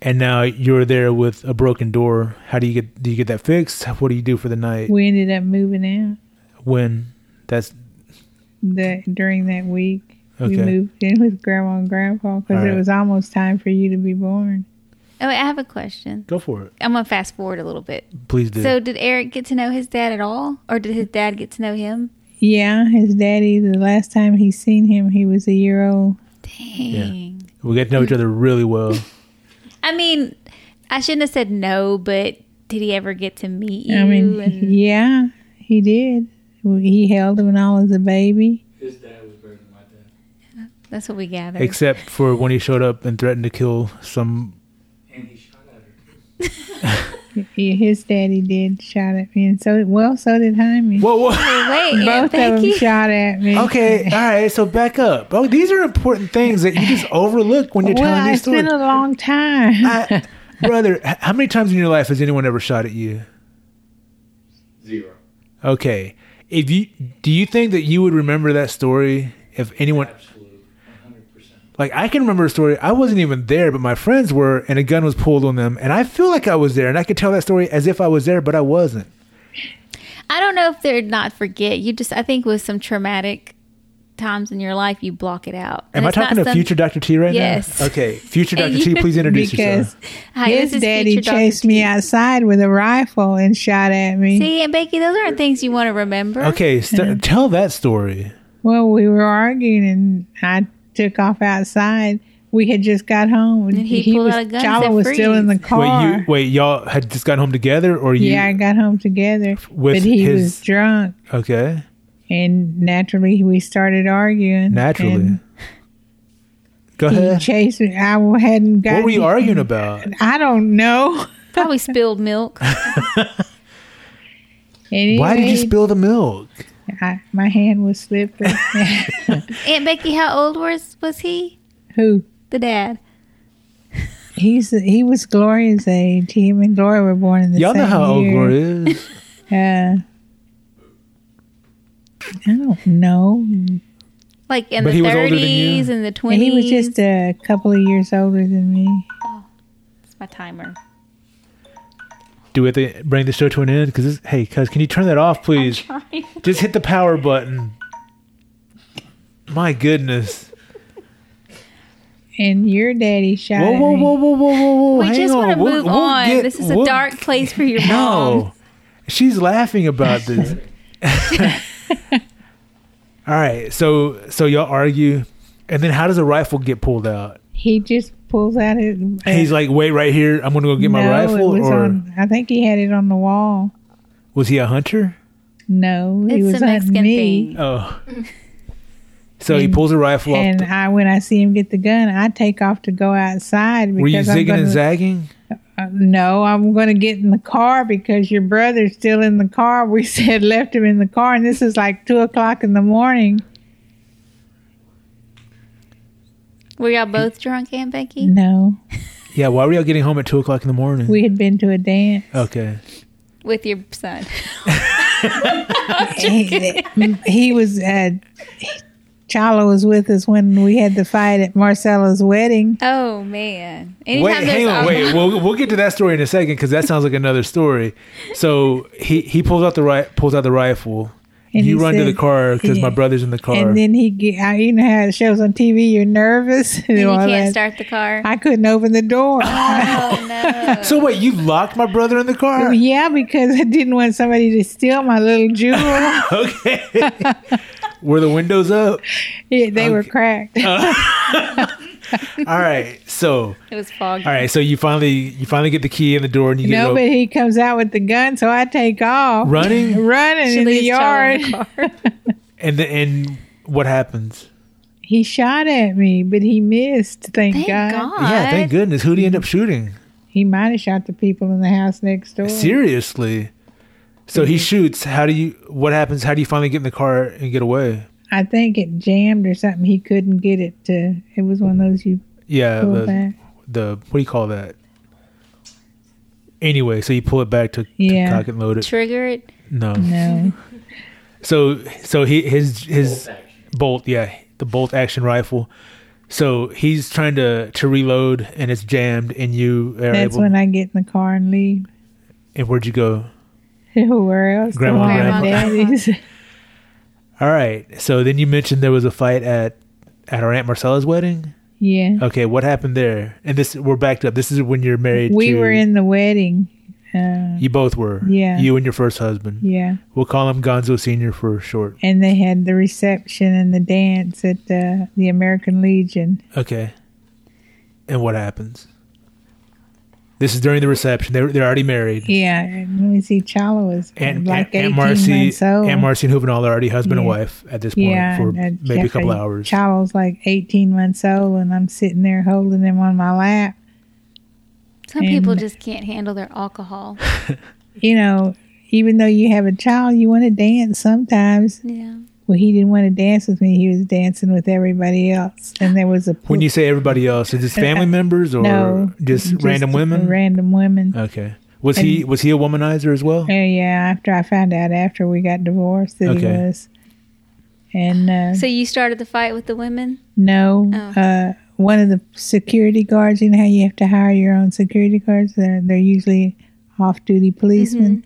Speaker 2: and now you're there with a broken door. How do you get do you get that fixed? What do you do for the night
Speaker 3: we ended up moving out
Speaker 2: when that's
Speaker 3: the, during that week. We
Speaker 2: Okay.
Speaker 3: moved in with Grandma and Grandpa because
Speaker 2: All
Speaker 3: it
Speaker 2: right.
Speaker 3: was almost time for you to be born.
Speaker 1: Oh, wait, I have a question.
Speaker 2: go for it?
Speaker 1: I'm gonna fast forward a little bit.
Speaker 2: Please do.
Speaker 1: So, did Eric get to know his dad at all, or did his dad get to know him?
Speaker 3: Yeah, his daddy. The last time he seen him, he was a year old.
Speaker 1: Dang.
Speaker 2: we got to know each other really well.
Speaker 1: I mean, I shouldn't have said no, but did he ever get to meet you?
Speaker 3: I mean,
Speaker 1: and-
Speaker 3: yeah, he did. He held him when I was a baby.
Speaker 1: that's what we gathered.
Speaker 2: Except for when he showed up and threatened to kill some.
Speaker 3: Yeah, his daddy did shot at me, and so well, so did Jaime.
Speaker 2: Whoa, whoa.
Speaker 1: Wait, Aunt
Speaker 3: Both of them
Speaker 1: Becky.
Speaker 3: shot at me.
Speaker 2: Okay, all right. So back up. Oh, these are important things that you just overlook when you're
Speaker 3: Well,
Speaker 2: telling these
Speaker 3: it's
Speaker 2: stories.
Speaker 3: been a long time.
Speaker 2: I, Brother, h- how many times in your life has anyone ever shot at you?
Speaker 5: Zero.
Speaker 2: Okay. If you do you think that you would remember that story if anyone
Speaker 5: Absolute. 100%.
Speaker 2: like I can remember a story I wasn't even there but my friends were and a gun was pulled on them and I feel like I was there and I could tell that story as if I was there but I wasn't.
Speaker 1: I don't know if they're not forget. You just, I think with some traumatic times in your life, you block it out.
Speaker 2: Am I talking to future Dr. T right
Speaker 1: Yes.
Speaker 2: now? Okay. Future
Speaker 1: And
Speaker 2: Dr. T,
Speaker 1: you-
Speaker 2: please introduce
Speaker 3: because
Speaker 2: yourself.
Speaker 3: his daddy chased me outside with a rifle and shot at me.
Speaker 1: See, and Becky, those aren't things you want to remember.
Speaker 2: Okay, st- tell that story.
Speaker 3: Well, we were arguing, and I took off outside. We had just got home, and,
Speaker 1: he pulled out a gun and
Speaker 3: Chava
Speaker 1: said,
Speaker 3: was still in the
Speaker 1: "Freeze."
Speaker 3: car.
Speaker 2: Wait, you wait, y'all had just got home together or you
Speaker 3: yeah, I got home together,
Speaker 2: With
Speaker 3: but he
Speaker 2: his-
Speaker 3: was drunk,
Speaker 2: Okay.
Speaker 3: and naturally we started arguing.
Speaker 2: Naturally.
Speaker 3: and
Speaker 2: Go
Speaker 3: he
Speaker 2: ahead.
Speaker 3: chased me. I hadn't got.
Speaker 2: What were you arguing about?
Speaker 3: I don't know.
Speaker 1: Probably spilled milk.
Speaker 3: Anyway,
Speaker 2: Why did you spill the milk?
Speaker 3: I, my hand was slippery.
Speaker 1: Aunt Becky, how old was was he?
Speaker 3: Who?
Speaker 1: The dad.
Speaker 3: He's he was Gloria's age. Him and Gloria were born in the
Speaker 2: Y'all
Speaker 3: same
Speaker 2: know how old
Speaker 3: year.
Speaker 2: Gloria is.
Speaker 3: Uh, I don't know.
Speaker 1: Like in
Speaker 2: But
Speaker 1: the
Speaker 2: he was older than you?
Speaker 1: thirties and the
Speaker 3: And
Speaker 1: twenties.
Speaker 3: he was just a couple of years older than me.
Speaker 1: my timer.
Speaker 2: Do we have to bring the show to an end? Because hey, cuz, can you turn that off, please? Just hit the power button. My goodness!
Speaker 3: And your daddy shot
Speaker 2: Whoa,
Speaker 3: at
Speaker 2: whoa,
Speaker 3: me.
Speaker 2: whoa, whoa, whoa, whoa, whoa!
Speaker 1: We
Speaker 2: Oh, Hang
Speaker 1: just
Speaker 2: on.
Speaker 1: want to
Speaker 2: We'll-
Speaker 1: move
Speaker 2: we'll
Speaker 1: on.
Speaker 2: get-
Speaker 1: this is a
Speaker 2: we'll-
Speaker 1: dark place for your mom.
Speaker 2: No, she's laughing about this. All right, so so y'all argue, and then how does a rifle get pulled out?
Speaker 3: He just pulls out his. uh,
Speaker 1: Uh,
Speaker 2: He's like, "Wait right here, I'm gonna go get my
Speaker 3: no,
Speaker 2: rifle."
Speaker 3: It was
Speaker 2: or
Speaker 1: um,
Speaker 3: on, I think he had it on the wall.
Speaker 2: was he a hunter?
Speaker 3: No, he
Speaker 1: It's
Speaker 3: was
Speaker 1: a Mexican
Speaker 3: hunting me.
Speaker 1: thing.
Speaker 2: Oh. So he
Speaker 3: And-
Speaker 2: pulls a rifle off.
Speaker 3: And
Speaker 2: the-
Speaker 3: I, when I see him get the gun, I take off to go outside because
Speaker 2: were you
Speaker 3: I'm
Speaker 2: zigging
Speaker 3: gonna,
Speaker 2: and zagging?
Speaker 3: uh, no, I'm going to get in the car because your brother's still in the car. We said left him in the car, and this is like two o'clock in the morning.
Speaker 1: Were y'all both drunk, Aunt Becky?
Speaker 3: No,
Speaker 2: Yeah, why were y'all getting home at 2 o'clock in the morning?
Speaker 3: we had been to a dance.
Speaker 2: okay.
Speaker 1: With your son.
Speaker 3: he, he was uh, Chala was with us when we had the fight at Marcella's wedding.
Speaker 1: Oh man.
Speaker 2: Wait,
Speaker 1: Anytime there's
Speaker 2: hang on.
Speaker 1: a-
Speaker 2: Wait, we'll, we'll get to that story in a second because that sounds like another story. So he, he pulls out the ri- pulls out the rifle.
Speaker 3: And
Speaker 2: you
Speaker 3: he
Speaker 2: run to the
Speaker 3: said-
Speaker 2: car because my
Speaker 3: Yeah.
Speaker 2: brother's in the car.
Speaker 3: And then he, ge- I- you know how it shows on TV, you're nervous. and
Speaker 1: and you
Speaker 3: all
Speaker 1: can't
Speaker 3: that.
Speaker 1: start the car.
Speaker 3: I couldn't open the door.
Speaker 1: Oh no.
Speaker 2: so wait, you locked my brother in the car?
Speaker 3: yeah, because I didn't want somebody to steal my little jewel.
Speaker 2: Okay. were the windows up?
Speaker 3: Yeah, they were cracked.
Speaker 2: All right. So
Speaker 1: It was foggy.
Speaker 2: all right. So you finally you finally get the key in the door and you get it
Speaker 3: no,
Speaker 2: open.
Speaker 3: but he comes out with the gun, so I take off.
Speaker 2: running
Speaker 3: Running
Speaker 1: She
Speaker 3: in the
Speaker 1: leaves Charlie
Speaker 3: yard.
Speaker 1: in the car.
Speaker 2: and the, and what happens?
Speaker 3: He shot at me, but he missed, thank,
Speaker 1: Thank God.
Speaker 2: Yeah, thank goodness. Who do you end up shooting?
Speaker 3: He might have shot the people in the house next door.
Speaker 2: Seriously. So
Speaker 3: Mm-hmm.
Speaker 2: he shoots. How do you? What happens? How do you finally get in the car and get away?
Speaker 3: I think it jammed or something. He couldn't get it to. It was one of those you
Speaker 2: Yeah,
Speaker 3: pull
Speaker 2: the,
Speaker 3: back.
Speaker 2: the what do you call that? Anyway, so you pull it back to, to
Speaker 3: Yeah. mm-hmm.
Speaker 2: cock and load it.
Speaker 1: Trigger it.
Speaker 2: No.
Speaker 3: No,
Speaker 2: So so he his his bolt, yeah, the bolt action rifle. So he's trying to to reload and it's jammed and you are
Speaker 3: that's
Speaker 2: able.
Speaker 3: when I get in the car and leave.
Speaker 2: and where'd you go?
Speaker 3: Where else?
Speaker 2: Grandma,
Speaker 3: Mom and
Speaker 1: grandma.
Speaker 3: Daddy's.
Speaker 2: All right. So then you mentioned there was a fight at at our aunt Marcella's wedding.
Speaker 3: yeah,
Speaker 2: Okay, what happened there? And this we're backed up. This is when you're married.
Speaker 3: we
Speaker 2: to-
Speaker 3: were in the wedding. Uh,
Speaker 2: You both were.
Speaker 3: Yeah.
Speaker 2: You and your first husband.
Speaker 3: yeah,
Speaker 2: We'll call him Gonzo Senior for short.
Speaker 3: and they had the reception and the dance at uh, the American Legion.
Speaker 2: Okay. And what happens? This is during the reception. They're they're already married.
Speaker 3: Yeah, and let me see. Chala was
Speaker 2: And
Speaker 3: like
Speaker 2: Aunt, Aunt
Speaker 3: eighteen
Speaker 2: Marcy,
Speaker 3: months old.
Speaker 2: Aunt Marcy and Juvenal are already husband and
Speaker 3: Yeah.
Speaker 2: wife at this point for
Speaker 3: and, uh,
Speaker 2: maybe a couple
Speaker 3: Jeffrey-
Speaker 2: hours.
Speaker 3: Chala's like eighteen months old, and I'm sitting there holding him on my lap.
Speaker 1: Some people
Speaker 3: And-
Speaker 1: just can't handle their alcohol.
Speaker 3: you know, even though you have a child, you want to dance sometimes.
Speaker 1: Yeah.
Speaker 3: Well, he didn't want to dance with me. He was dancing with everybody else. And there was a pool.
Speaker 2: When you say everybody else, is this family members or
Speaker 3: Uh, No,
Speaker 2: just, random women? Uh.
Speaker 3: Random women.
Speaker 2: okay. Was he was he a womanizer as well?
Speaker 3: Oh yeah, after I found out after we got divorced that he
Speaker 2: Okay.
Speaker 3: was. And uh,
Speaker 1: So you started the fight with the women?
Speaker 3: no,
Speaker 1: Oh.
Speaker 3: uh, one of the security guards. You know how you have to hire your own security guards. They're they're usually off-duty policemen.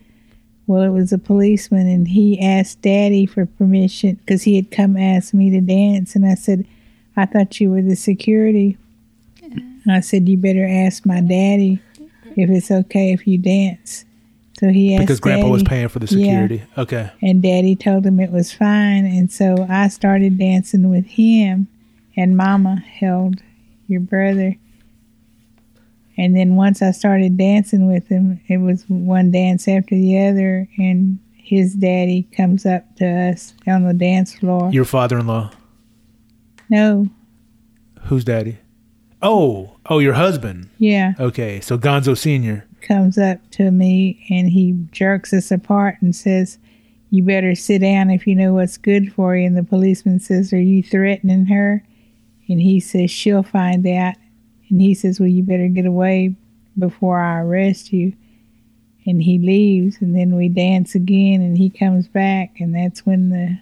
Speaker 3: Well, it was a policeman, and he asked Daddy for permission because he had come ask me to dance, and I said, "I thought you were the security." And I said, "You better ask my daddy if it's okay if you dance." So he asked
Speaker 2: Because grandpa was
Speaker 3: Daddy.
Speaker 2: paying for the
Speaker 3: Yeah.
Speaker 2: security. Okay.
Speaker 3: And daddy told him it was fine. And so I started dancing with him, and mama held your brother. And then once I started dancing with him, it was one dance after the other. And his daddy comes up to us on the dance floor.
Speaker 2: Your father in law.
Speaker 3: no,
Speaker 2: Who's daddy? Oh, oh, your husband.
Speaker 3: yeah,
Speaker 2: Okay, so Gonzo Senior.
Speaker 3: comes up to me and he jerks us apart and says, You better sit down if you know what's good for you. And the policeman says, Are you threatening her? And he says, She'll find out. And he says, Well, you better get away before I arrest you. And he leaves, and then we dance again, and he comes back, and that's when the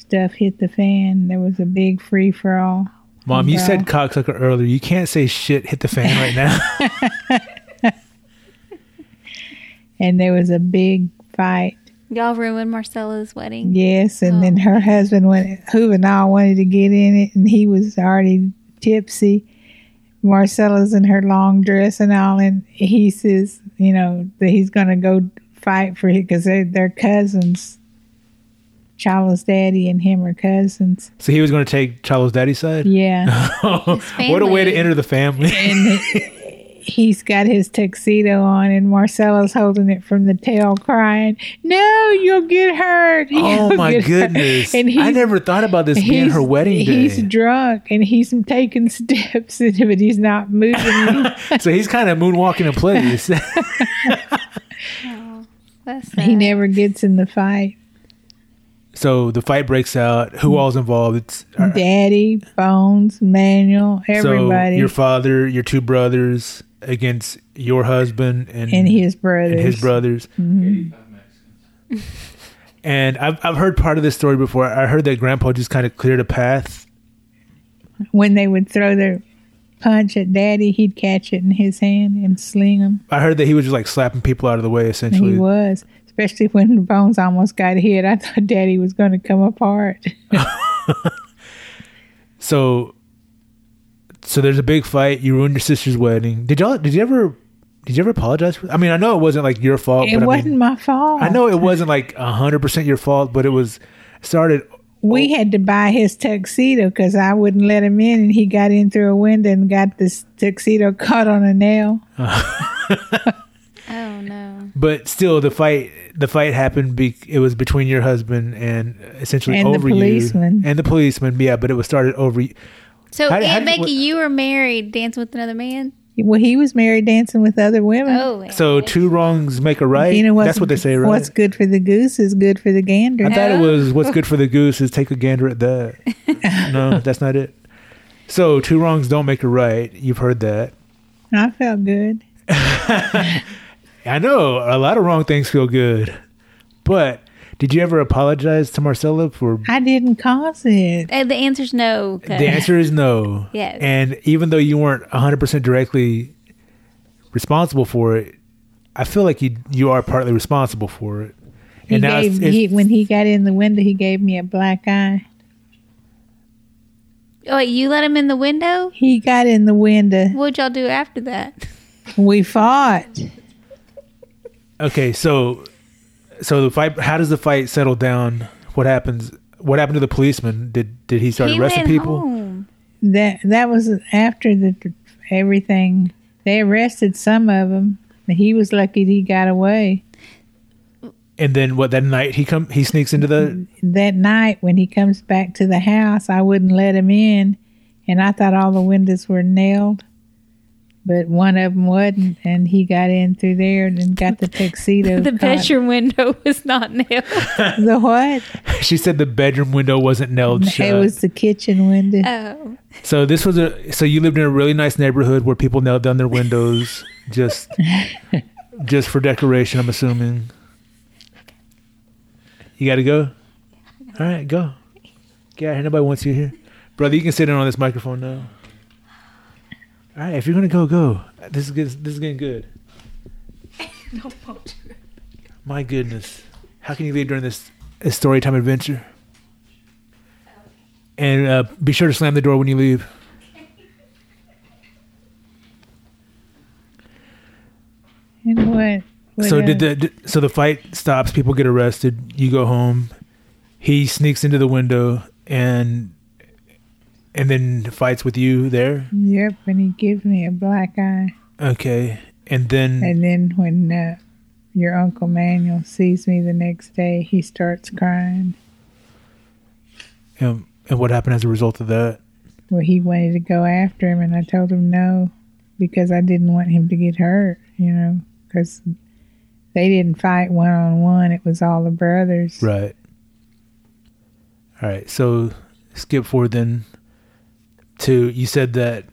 Speaker 3: stuff hit the fan. There was a big free for all.
Speaker 2: Mom, you
Speaker 3: Yeah.
Speaker 2: said cocksucker earlier. You can't say shit hit the fan right now.
Speaker 3: and there was a big fight.
Speaker 1: Y'all ruined Marcella's wedding.
Speaker 3: Yes, and then her husband went Juvenal wanted to get in it, and he was already tipsy. Marcella's in her long dress and all, and he says, you know, that he's going to go fight for it because they, they're cousins. Chala's daddy and him are cousins.
Speaker 2: so he was going to take Charles' daddy's side.
Speaker 3: Yeah,
Speaker 2: what a way to enter the family.
Speaker 3: he's got his tuxedo on, and Marcella's holding it from the tail, crying, "No, you'll get hurt!"
Speaker 2: oh
Speaker 3: You'll
Speaker 2: my
Speaker 3: get hurt."
Speaker 2: goodness!
Speaker 3: And
Speaker 2: I
Speaker 3: he's-
Speaker 2: never thought about this being her wedding
Speaker 3: He's
Speaker 2: day.
Speaker 3: drunk and he's taking steps, but he's not moving.
Speaker 2: so he's kind of moonwalking in place.
Speaker 1: That's
Speaker 3: he
Speaker 1: sad.
Speaker 3: never gets in the fight.
Speaker 2: so the fight breaks out. Who all's involved? It's uh,
Speaker 3: Daddy, Bones, Manuel,
Speaker 2: so
Speaker 3: everybody,
Speaker 2: your father, your two brothers against your husband and
Speaker 3: and his brothers.
Speaker 2: and his brothers. And I've I've heard part of this story before. I heard that Grandpa just kind of cleared a path.
Speaker 3: When they would throw their punch at Daddy, he'd catch it in his hand and sling him.
Speaker 2: I heard that he was just like slapping people out of the way,
Speaker 3: And he
Speaker 2: essentially.
Speaker 3: was, especially when Bones almost got hit. I thought Daddy was going to come apart.
Speaker 2: So, so there's a big fight. You ruined your sister's wedding. Did y'all? Did you ever? Did you ever apologize for? I mean, I know it wasn't like your fault.
Speaker 3: it
Speaker 2: Oh, but
Speaker 3: wasn't
Speaker 2: I, mean,
Speaker 3: my fault.
Speaker 2: I know it wasn't like hundred percent your fault, but it was started.
Speaker 3: we had to buy his tuxedo because I wouldn't let him in, and he got in through a window and got this tuxedo caught on a nail.
Speaker 1: Oh no.
Speaker 2: But still, the fight the fight happened. Be, it was between your husband and essentially
Speaker 3: And the
Speaker 2: over you
Speaker 3: policeman.
Speaker 2: and the policeman. Yeah, but it was started over. you.
Speaker 1: So
Speaker 2: How- how
Speaker 1: Aunt
Speaker 2: did-
Speaker 1: Becky,
Speaker 2: what-
Speaker 1: you were married, dancing with another man.
Speaker 3: Well, he was married dancing with other women.
Speaker 1: Oh,
Speaker 2: So two wrongs make a right.
Speaker 3: you know what's,
Speaker 2: That's what they say, right?
Speaker 3: What's good for the goose is good for the gander.
Speaker 2: I thought it was what's good for the goose is take a gander at that. no, that's not it. So two wrongs don't make a right. You've heard that.
Speaker 3: I felt good.
Speaker 2: I know a lot of wrong things feel good, but did you ever apologize to Marcella for?
Speaker 3: I didn't cause it.
Speaker 1: Uh, the answer's no. 'cause-
Speaker 2: The answer is no.
Speaker 1: Yes.
Speaker 2: And even though you weren't hundred percent directly responsible for it, I feel like you you are partly responsible for it.
Speaker 3: He gave, he, when he got in the window, he gave me a black eye.
Speaker 1: Oh, wait, you let him in the window.
Speaker 3: He got in the window.
Speaker 1: What'd y'all do after that?
Speaker 3: We fought.
Speaker 2: Okay, so so the fight. How does the fight settle down? What happens? What happened to the policeman? Did did he start
Speaker 1: he
Speaker 2: arresting
Speaker 1: went
Speaker 2: people?
Speaker 1: home.
Speaker 3: That that was after the everything. They arrested some of them. He was lucky he got away.
Speaker 2: And then what? That night he come he sneaks into the.
Speaker 3: that night when he comes back to the house, I wouldn't let him in, and I thought all the windows were nailed. but one of them wasn't, and he got in through there and got the tuxedo.
Speaker 1: the
Speaker 3: caught.
Speaker 1: bedroom window was not nailed.
Speaker 3: The what?
Speaker 2: She said the bedroom window wasn't nailed shut.
Speaker 3: It was the kitchen window.
Speaker 1: Oh,
Speaker 2: so this was a so you lived in a really nice neighborhood where people nailed down their windows just just for decoration. I'm assuming. You got to go. All right, go. Get out of here. Nobody wants you here, brother. You can sit in on this microphone now. All right, if you're gonna go, go. This is good. This is getting good. My goodness, how can you leave during this, this story time adventure? And uh, be sure to slam the door when you leave.
Speaker 3: And what? what
Speaker 2: so did
Speaker 3: else?
Speaker 2: the did- so the fight stops. People get arrested. You go home. He sneaks into the window and and then fights with you there.
Speaker 3: Yep, and he gives me a black eye.
Speaker 2: Okay, and then
Speaker 3: And then when uh, your Uncle Manuel sees me the next day, he starts crying.
Speaker 2: um, and what happened as a result of that?
Speaker 3: Well, he wanted to go after him, and I told him no because I didn't want him to get hurt, you know, because they didn't fight one on one. It was all the brothers.
Speaker 2: Right. All right. So skip forward then to you said that.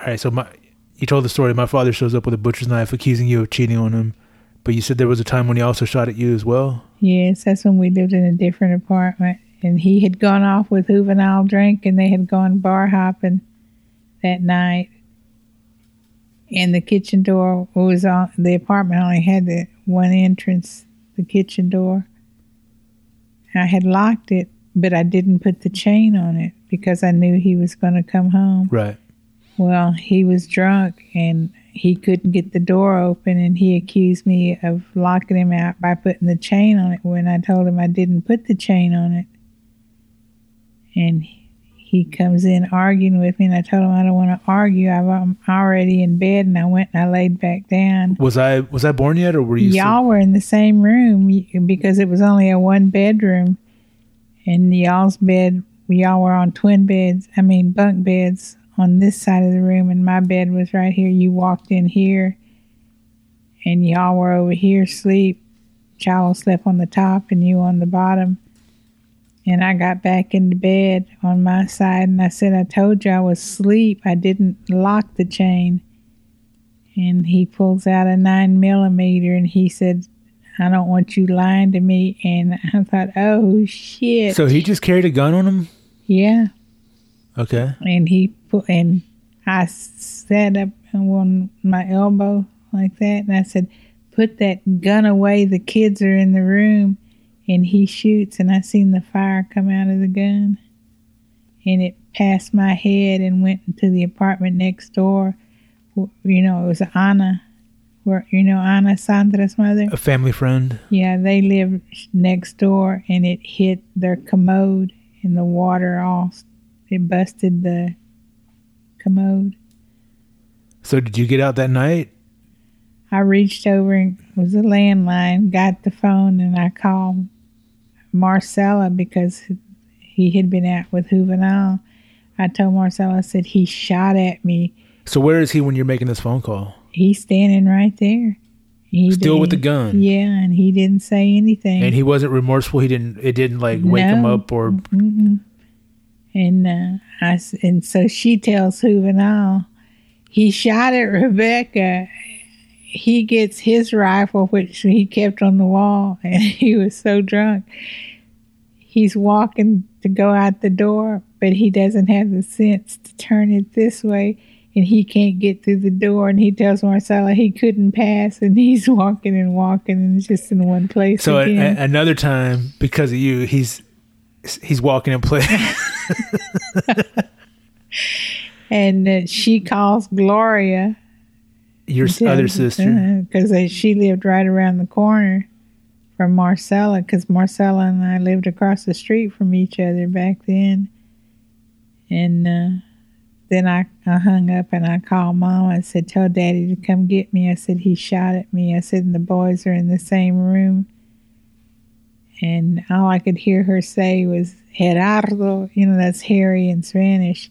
Speaker 2: All right. So my you told the story. My father shows up with a butcher's knife, accusing you of cheating on him. But you said there was a time when he also shot at you as well.
Speaker 3: Yes, that's when we lived in a different apartment, and he had gone off with Juvenile Drink, and they had gone bar hopping that night. And the kitchen door was on. The apartment only had the one entrance, the kitchen door. I had locked it, but I didn't put the chain on it because I knew he was going to come home.
Speaker 2: Right.
Speaker 3: Well, he was drunk and he couldn't get the door open, and he accused me of locking him out by putting the chain on it when I told him I didn't put the chain on it. And he comes in arguing with me, and I told him I don't want to argue. I've- I'm already in bed, and I went and I laid back down.
Speaker 2: Was I was I born yet, or were you? still-
Speaker 3: Y'all were in the same room you- because it was only a one bedroom, and y'all's bed, y'all were on twin beds, I mean, bunk beds on this side of the room, and my bed was right here. You walked in here, and y'all were over here asleep. Child slept on the top, and you on the bottom. And I got back into bed on my side, and I said, I told you I was asleep. I didn't lock the chain and he pulls out a nine millimeter and he said, I don't want you lying to me. And I thought, oh shit.
Speaker 2: so he just carried a gun on him.
Speaker 3: yeah.
Speaker 2: Okay.
Speaker 3: And he put, and I sat up on my elbow like that and I said, put that gun away. The kids are in the room. And he shoots and I seen the fire come out of the gun and it passed my head and went into the apartment next door. W- You know, it was Anna. Where, you know, Anna Sandra's mother?
Speaker 2: A family friend.
Speaker 3: Yeah, they lived next door, and it hit their commode, and the water all it busted the commode.
Speaker 2: So did you get out that night?
Speaker 3: I reached over and it was a landline, got the phone, and I called Marcella because he had been out with Juvenile. I told Marcella, I said he shot at me.
Speaker 2: So where is he when you're making this phone call?
Speaker 3: He's standing right there. He
Speaker 2: Still with the
Speaker 3: didn't-
Speaker 2: gun.
Speaker 3: Yeah, and he didn't say anything.
Speaker 2: And he wasn't remorseful. He didn't. It didn't like wake him
Speaker 3: No.
Speaker 2: up or
Speaker 3: Mm-mm. Mm-hmm. And uh, I s- and so she tells Juvenile he shot at Rebecca. He gets his rifle, which he kept on the wall, and he was so drunk. He's walking to go out the door, but he doesn't have the sense to turn it this way, and he can't get through the door. And he tells Marcella he couldn't pass, and he's walking and walking, and it's just in one place.
Speaker 2: So uh, a,
Speaker 3: again.
Speaker 2: a- another time, because of you, he's he's walking in place.
Speaker 3: and uh, she calls Gloria,
Speaker 2: Your s- other sister.
Speaker 3: because she lived right around the corner from Marcella, because Marcella and I lived across the street from each other back then. And uh, then I, I hung up and I called Mama and said, "Tell Daddy to come get me." I said, "He shot at me." I said, "And the boys are in the same room." And all I could hear her say was "Gerardo," you know, that's Harry in Spanish.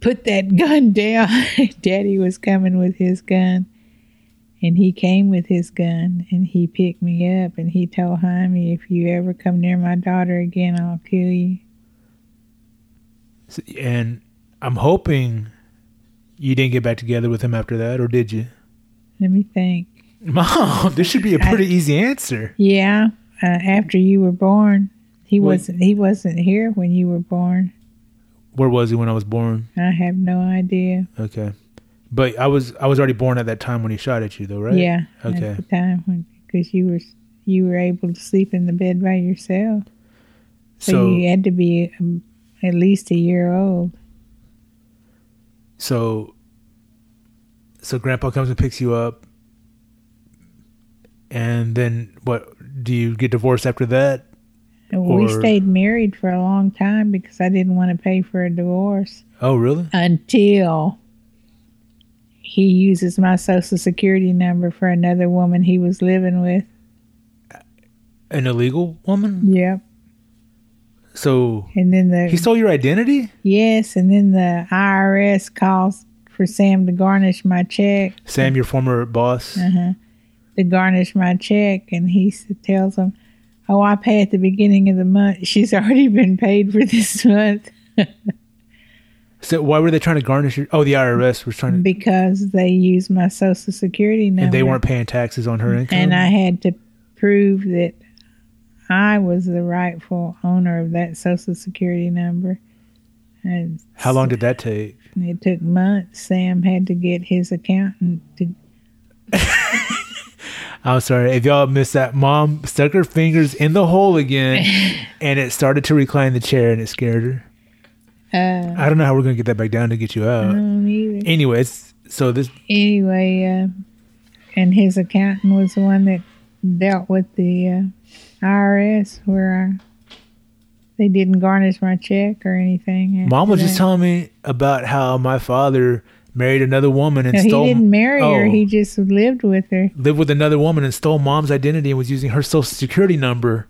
Speaker 3: put that gun down. Daddy was coming with his gun. And he came with his gun and he picked me up and he told Jaime, if you ever come near my daughter again, I'll kill you.
Speaker 2: S- And I'm hoping you didn't get back together with him after that, or did you?
Speaker 3: Let me think.
Speaker 2: Mom, this should be a pretty easy answer.
Speaker 3: Yeah, uh, after you were born, he
Speaker 2: Wait.
Speaker 3: wasn't he wasn't here when you were born.
Speaker 2: Where was he when I was born?
Speaker 3: I have no idea.
Speaker 2: Okay. But I was I was already born at that time when he shot at you though, right?
Speaker 3: Yeah,
Speaker 2: Okay.
Speaker 3: at the time when because you were you were able to sleep in the bed by yourself, so, you
Speaker 2: So
Speaker 3: had to be um, at least a year old.
Speaker 2: so so grandpa comes and picks you up. And then what do you get divorced after that?
Speaker 3: And we
Speaker 2: Or-
Speaker 3: stayed married for a long time because I didn't want to pay for a divorce.
Speaker 2: Oh, really?
Speaker 3: until he uses my social security number for another woman he was living with.
Speaker 2: An illegal woman?
Speaker 3: Yep.
Speaker 2: So
Speaker 3: And then the
Speaker 2: he stole your identity?
Speaker 3: yes, and then the IRS calls for Sam to garnish my check,
Speaker 2: Sam, your former boss.
Speaker 3: uh-huh, to garnish my check, and he s- tells him, "Oh, I pay at the beginning of the month. She's already been paid for this month
Speaker 2: So why were they trying to garnish your Oh, the IRS was trying to
Speaker 3: because they used my social security number."
Speaker 2: and they weren't paying taxes on her income.
Speaker 3: and I had to prove that I was the rightful owner of that social security number. And
Speaker 2: How long did that take?
Speaker 3: it took months? Sam had to get his accountant to.
Speaker 2: I'm sorry if y'all missed that. Mom stuck her fingers in the hole again, and it started to recline the chair, and it scared her.
Speaker 3: Uh,
Speaker 2: I don't know how we're gonna get that back down to get you
Speaker 3: I
Speaker 2: out.
Speaker 3: don't either.
Speaker 2: Anyways, so this
Speaker 3: Anyway, uh, and his accountant was the one that dealt with the uh, IRS where I, they didn't garnish my check or anything.
Speaker 2: mom was
Speaker 3: after
Speaker 2: just
Speaker 3: that.
Speaker 2: telling me about how my father married another woman and
Speaker 3: No,
Speaker 2: stole
Speaker 3: he didn't marry her.
Speaker 2: Oh.
Speaker 3: He just lived with her.
Speaker 2: lived with another woman and stole mom's identity and was using her social security number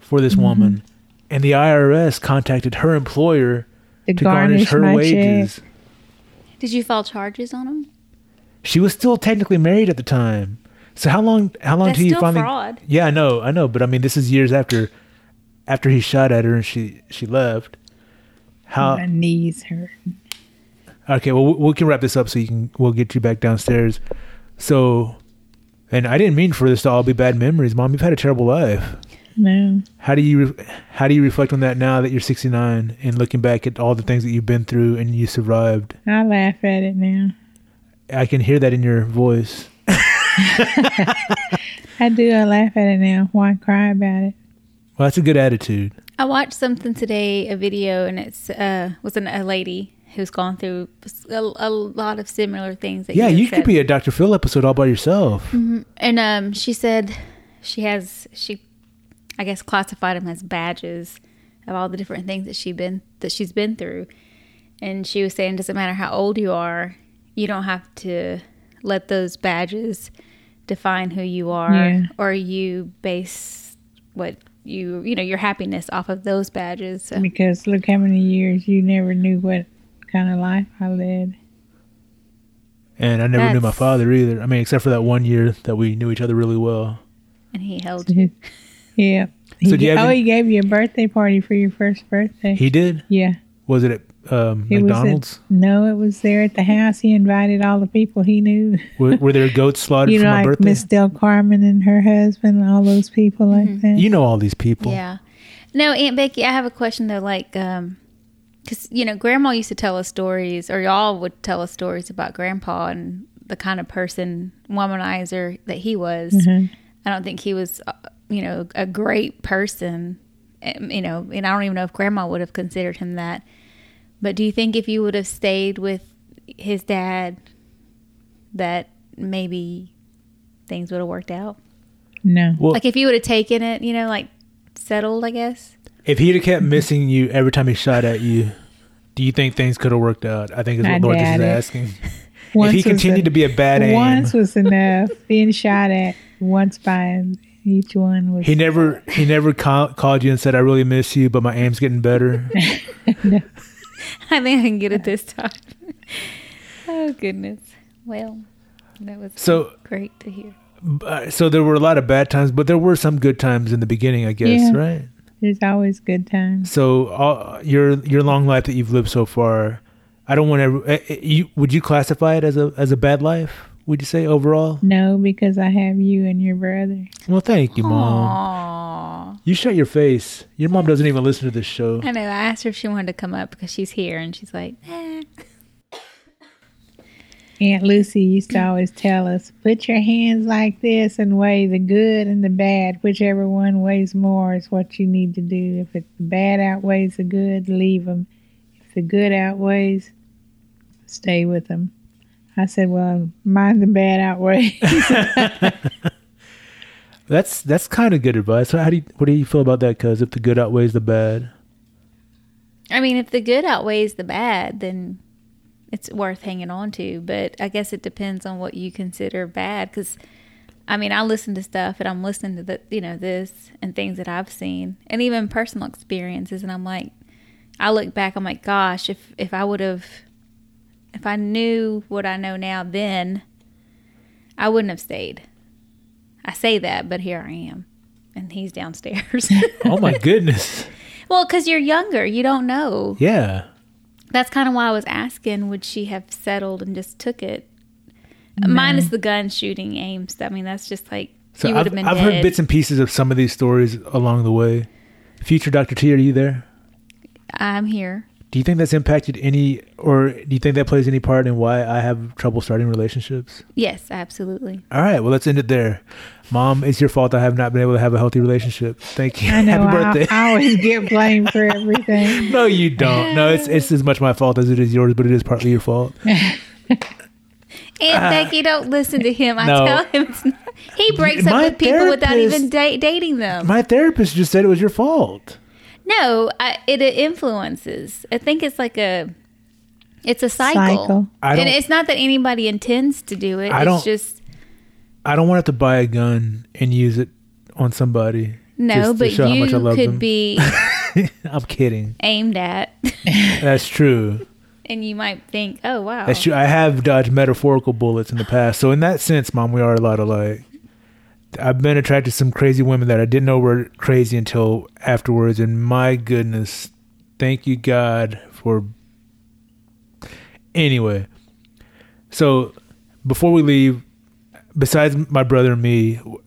Speaker 2: for
Speaker 3: Mm-hmm.
Speaker 2: this woman. And the IRS contacted her employer
Speaker 3: To,
Speaker 2: to garnish, her
Speaker 3: my
Speaker 2: wages.
Speaker 3: check.
Speaker 1: Did you file charges on him?
Speaker 2: She was still technically married at the time. So how long? How long
Speaker 1: That's
Speaker 2: till you
Speaker 1: still
Speaker 2: finally?
Speaker 1: fraud.
Speaker 2: Yeah, I know, I know, but I mean, this is years after, after he shot at her and she she left. How?
Speaker 3: my knees hurt.
Speaker 2: Okay, well, we- we can wrap this up so you can. We'll get you back downstairs. So, and I didn't mean for this to all be bad memories, Mom. You've had a terrible life.
Speaker 3: No.
Speaker 2: How do you re- how do you reflect on that now that you're 69 and looking back at all the things that you've been through and you survived?
Speaker 3: I laugh at it now.
Speaker 2: I can hear that in your voice.
Speaker 3: I do. I laugh at it now. Why cry about it?
Speaker 2: Well, that's a good attitude.
Speaker 1: I watched something today, a video, and it's uh was an, a lady who's gone through a, a lot of similar things. That
Speaker 2: Yeah,
Speaker 1: you,
Speaker 2: you could be a Dr. Phil episode all by yourself.
Speaker 1: And um, she said she has she, I guess, classified them as badges of all the different things that she been that she's been through. And she was saying, doesn't matter how old you are, you don't have to let those badges define who you are,
Speaker 3: Yeah.
Speaker 1: or you base what you you know your happiness off of those badges. So.
Speaker 3: Because look how many years you never knew what kind of life I led.
Speaker 2: And I never knew my
Speaker 1: That's-
Speaker 2: father either. I mean, except for that one year that we knew each other really well.
Speaker 1: And he held
Speaker 3: yeah. He
Speaker 2: do you
Speaker 3: ga-
Speaker 2: have
Speaker 3: oh,
Speaker 2: any-
Speaker 3: he gave you a birthday party for your first birthday.
Speaker 2: He did?
Speaker 3: yeah.
Speaker 2: Was it at um,
Speaker 3: It was at-
Speaker 2: McDonald's?
Speaker 3: No, it was there at the house. He invited all the people he knew.
Speaker 2: were, were there goats slaughtered
Speaker 3: you
Speaker 2: for
Speaker 3: know,
Speaker 2: my
Speaker 3: like
Speaker 2: birthday?
Speaker 3: Miss Del Carmen and her husband, all those people like that.
Speaker 2: You know all these people.
Speaker 1: Yeah. No, Aunt Becky, I have a question though. Like, um 'cause because you know, Grandma used to tell us stories, or y'all would tell us stories about Grandpa and the kind of person womanizer that he was. I don't think he was, uh, you know, a great person. um, You know, and I don't even know if Grandma would have considered him that. But do you think if you would have stayed with his dad, that maybe things would have worked out?
Speaker 3: No.
Speaker 2: Well-
Speaker 1: Like if you would have taken it, you know, like settled, I guess.
Speaker 2: If he'd have kept missing you every time he shot at you, do you think things could have worked out? I think is
Speaker 3: I
Speaker 2: what Lord is
Speaker 3: doubt it.
Speaker 2: asking.
Speaker 3: Once
Speaker 2: if he
Speaker 3: was
Speaker 2: continued
Speaker 3: en-
Speaker 2: to be a bad aim,
Speaker 3: Once was enough. Being shot at once by each one was
Speaker 2: he never he never call, called you and said, "I really miss you, but my aim's getting better."
Speaker 1: I think I can get it this time. oh goodness. Well, that was
Speaker 2: So-
Speaker 1: great to hear.
Speaker 2: Uh, so there were a lot of bad times, but there were some good times in the beginning, I guess,
Speaker 3: Yeah.
Speaker 2: right?
Speaker 3: There's always good times.
Speaker 2: So all, your your long life that you've lived so far, I don't want to. You, would you classify it as a as a bad life? Would you say overall?
Speaker 3: No, because I have you and your brother.
Speaker 2: Well, thank you, mom.
Speaker 1: Aww.
Speaker 2: You shut your face. Your mom doesn't even listen to this show.
Speaker 1: I know. I asked her if she wanted to come up because she's here, and she's like, eh.
Speaker 3: Aunt Lucy used to always tell us, put your hands like this and weigh the good and the bad. Whichever one weighs more is what you need to do. If it, the bad outweighs the good, leave them. If the good outweighs, stay with them. I said, well, mine the bad outweighs.
Speaker 2: That's that's kind of good advice. So how do you, what do you feel about that? Because if the good outweighs the bad,
Speaker 1: I mean, if the good outweighs the bad, then it's worth hanging on to. But I guess it depends on what you consider bad. Because, I mean, I listen to stuff and I'm listening to the, you know, this and things that I've seen and even personal experiences. And I'm like, I look back, I'm like, gosh, if, if I would have, if I knew what I know now then, I wouldn't have stayed. I say that, but here I am. And he's downstairs.
Speaker 2: oh my goodness,
Speaker 1: well, because you're younger, you don't know
Speaker 2: yeah,
Speaker 1: that's kind of why I was asking would she have settled and just took it? Minus the gun shooting aims. I mean, that's just like
Speaker 2: So
Speaker 1: you would
Speaker 2: I've,
Speaker 1: have been
Speaker 2: I've
Speaker 1: dead.
Speaker 2: heard bits and pieces of some of these stories along the way. Future Dr. T, are you there?
Speaker 1: I'm here.
Speaker 2: Do you think that's impacted any, or do you think that plays any part in why I have trouble starting relationships?
Speaker 1: Yes, absolutely.
Speaker 2: All right, well, let's end it there. Mom, it's your fault I have not been able to have a healthy relationship. Thank you.
Speaker 3: I know
Speaker 2: Happy
Speaker 3: I-
Speaker 2: birthday.
Speaker 3: I always get blamed for everything.
Speaker 2: no, you don't. No, it's it's as much my fault as it is yours, but it is partly your fault.
Speaker 1: And Becky, don't listen to him. I
Speaker 2: Ah. no.
Speaker 1: tell him it's not. He breaks
Speaker 2: My
Speaker 1: up with people without
Speaker 2: therapist-
Speaker 1: even da- dating them.
Speaker 2: My therapist just said it was your fault.
Speaker 1: no, I, it, it influences. I think it's like a. It's a cycle.
Speaker 3: Cycle.
Speaker 2: I
Speaker 1: and
Speaker 2: don't-
Speaker 1: it's not that anybody intends to do it.
Speaker 2: I
Speaker 1: it's
Speaker 2: don't-
Speaker 1: just
Speaker 2: I don't want to have to buy a gun and use it on somebody.
Speaker 1: no,
Speaker 2: just to
Speaker 1: but
Speaker 2: show how
Speaker 1: you
Speaker 2: much I love
Speaker 1: could
Speaker 2: them.
Speaker 1: be
Speaker 2: I'm kidding.
Speaker 1: aimed at
Speaker 2: That's true.
Speaker 1: and you might think, "Oh wow."
Speaker 2: That's true. I have dodged metaphorical bullets in the past. So in that sense, mom, we are a lot alike. I've been attracted to some crazy women that I didn't know were crazy until afterwards. And my goodness, thank you God for. Anyway, so before we leave, besides my brother and me, wh-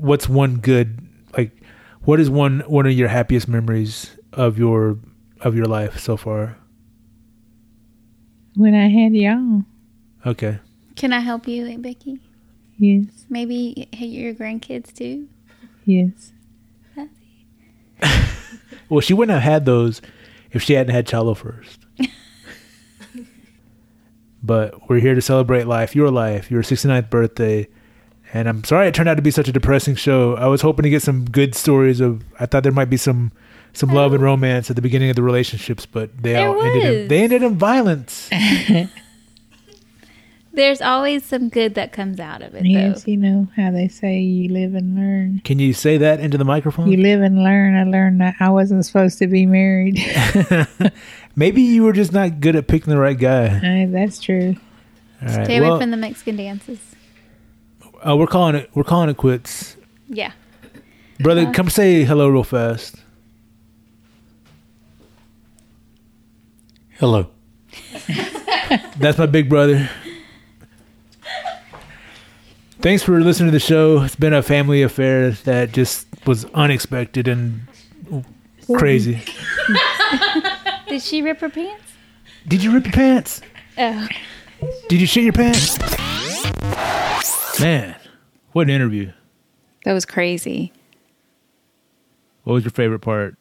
Speaker 2: what's one good like? What is one one of your happiest memories of your of your life so far?
Speaker 3: When I had y'all,
Speaker 2: Okay.
Speaker 1: Can I help you, Aunt Becky?
Speaker 3: yes,
Speaker 1: Maybe hit your grandkids too.
Speaker 3: yes.
Speaker 2: Well, she wouldn't have had those if she hadn't had Chalo first. but we're here to celebrate life, your life, your 69th birthday. And I'm sorry it turned out to be such a depressing show. I was hoping to get some good stories of. I thought there might be some some love and romance at the beginning of the relationships, but they
Speaker 1: Oh. There
Speaker 2: all ended in,
Speaker 1: was.
Speaker 2: they ended in violence.
Speaker 1: There's always some good that comes out of it,
Speaker 3: Yes,
Speaker 1: though.
Speaker 3: you know how they say you live and learn.
Speaker 2: Can you say that into the microphone?
Speaker 3: You live and learn. I learned that I wasn't supposed to be married.
Speaker 2: Maybe you were just not good at picking the right guy.
Speaker 3: Uh, that's true.
Speaker 2: All right.
Speaker 1: Stay
Speaker 2: well,
Speaker 1: away from the Mexican dances.
Speaker 2: uh, we're calling it. We're calling it quits,
Speaker 1: Yeah.
Speaker 2: brother. Come say hello real fast.
Speaker 9: Hello.
Speaker 2: That's my big brother. Thanks for listening to the show. It's been a family affair that just was unexpected and crazy.
Speaker 1: Did she rip her pants?
Speaker 2: Did you rip your pants?
Speaker 1: Oh.
Speaker 2: Did you shit your pants? Man, what an interview.
Speaker 4: That was crazy.
Speaker 2: What was your favorite part?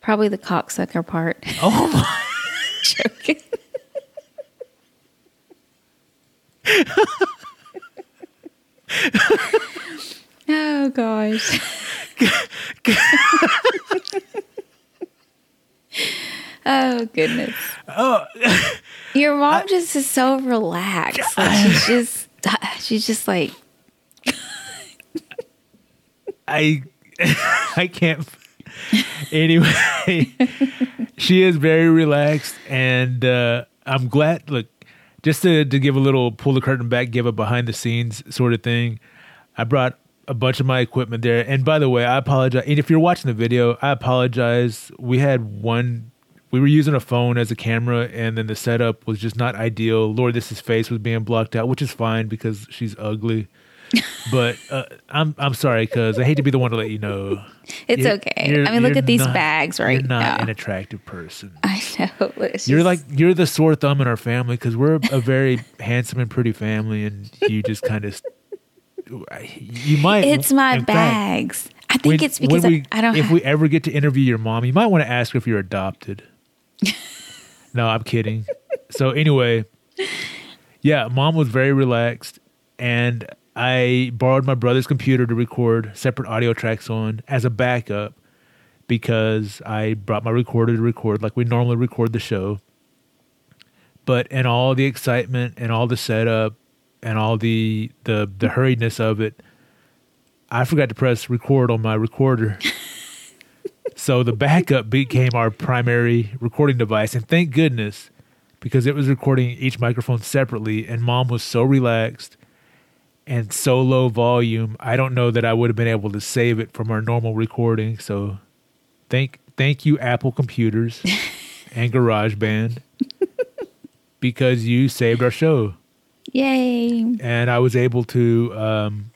Speaker 4: Probably the cocksucker part.
Speaker 2: Oh my.
Speaker 4: Joking. oh gosh. oh goodness. Oh. Your mom just is so relaxed. Like, she's just she's just like
Speaker 2: I I can't anyway, she is very relaxed, and uh, I'm glad. Look, just to, to give a little pull the curtain back, give a behind the scenes sort of thing, I brought a bunch of my equipment there. And by the way, I apologize. And if you're watching the video, I apologize. We had one, we were using a phone as a camera, and then the setup was just not ideal. Lord, this is face was being blocked out, which is fine because she's ugly. but uh, I'm I'm sorry because I hate to be the one to let you know
Speaker 1: It's
Speaker 2: you're-
Speaker 1: okay.
Speaker 2: you're-
Speaker 1: I mean, look
Speaker 2: you're
Speaker 1: at these
Speaker 2: not-
Speaker 1: bags right
Speaker 2: You're not
Speaker 1: now.
Speaker 2: an attractive person.
Speaker 1: I know. It's
Speaker 2: You're
Speaker 1: just-
Speaker 2: like you're the sore thumb in our family because we're a very handsome and pretty family, and you just kind of you might.
Speaker 1: it's my
Speaker 2: in fact,
Speaker 1: bags. I think
Speaker 2: when-
Speaker 1: it's because
Speaker 2: when we-
Speaker 1: I, I don't.
Speaker 2: If
Speaker 1: have,
Speaker 2: we ever get to interview your mom, you might want to ask her if you're adopted. no, I'm kidding. So anyway, yeah, mom was very relaxed, and I borrowed my brother's computer to record separate audio tracks on as a backup because I brought my recorder to record like we normally record the show. But in all the excitement and all the setup and all the the the hurriedness of it, I forgot to press record on my recorder. so the backup became our primary recording device. And thank goodness, because it was recording each microphone separately. And mom was so relaxed and so low volume. I don't know that I would have been able to save it from our normal recording. So thank, thank you, Apple Computers and GarageBand, because you saved our show
Speaker 1: yay!
Speaker 2: and I was able to um,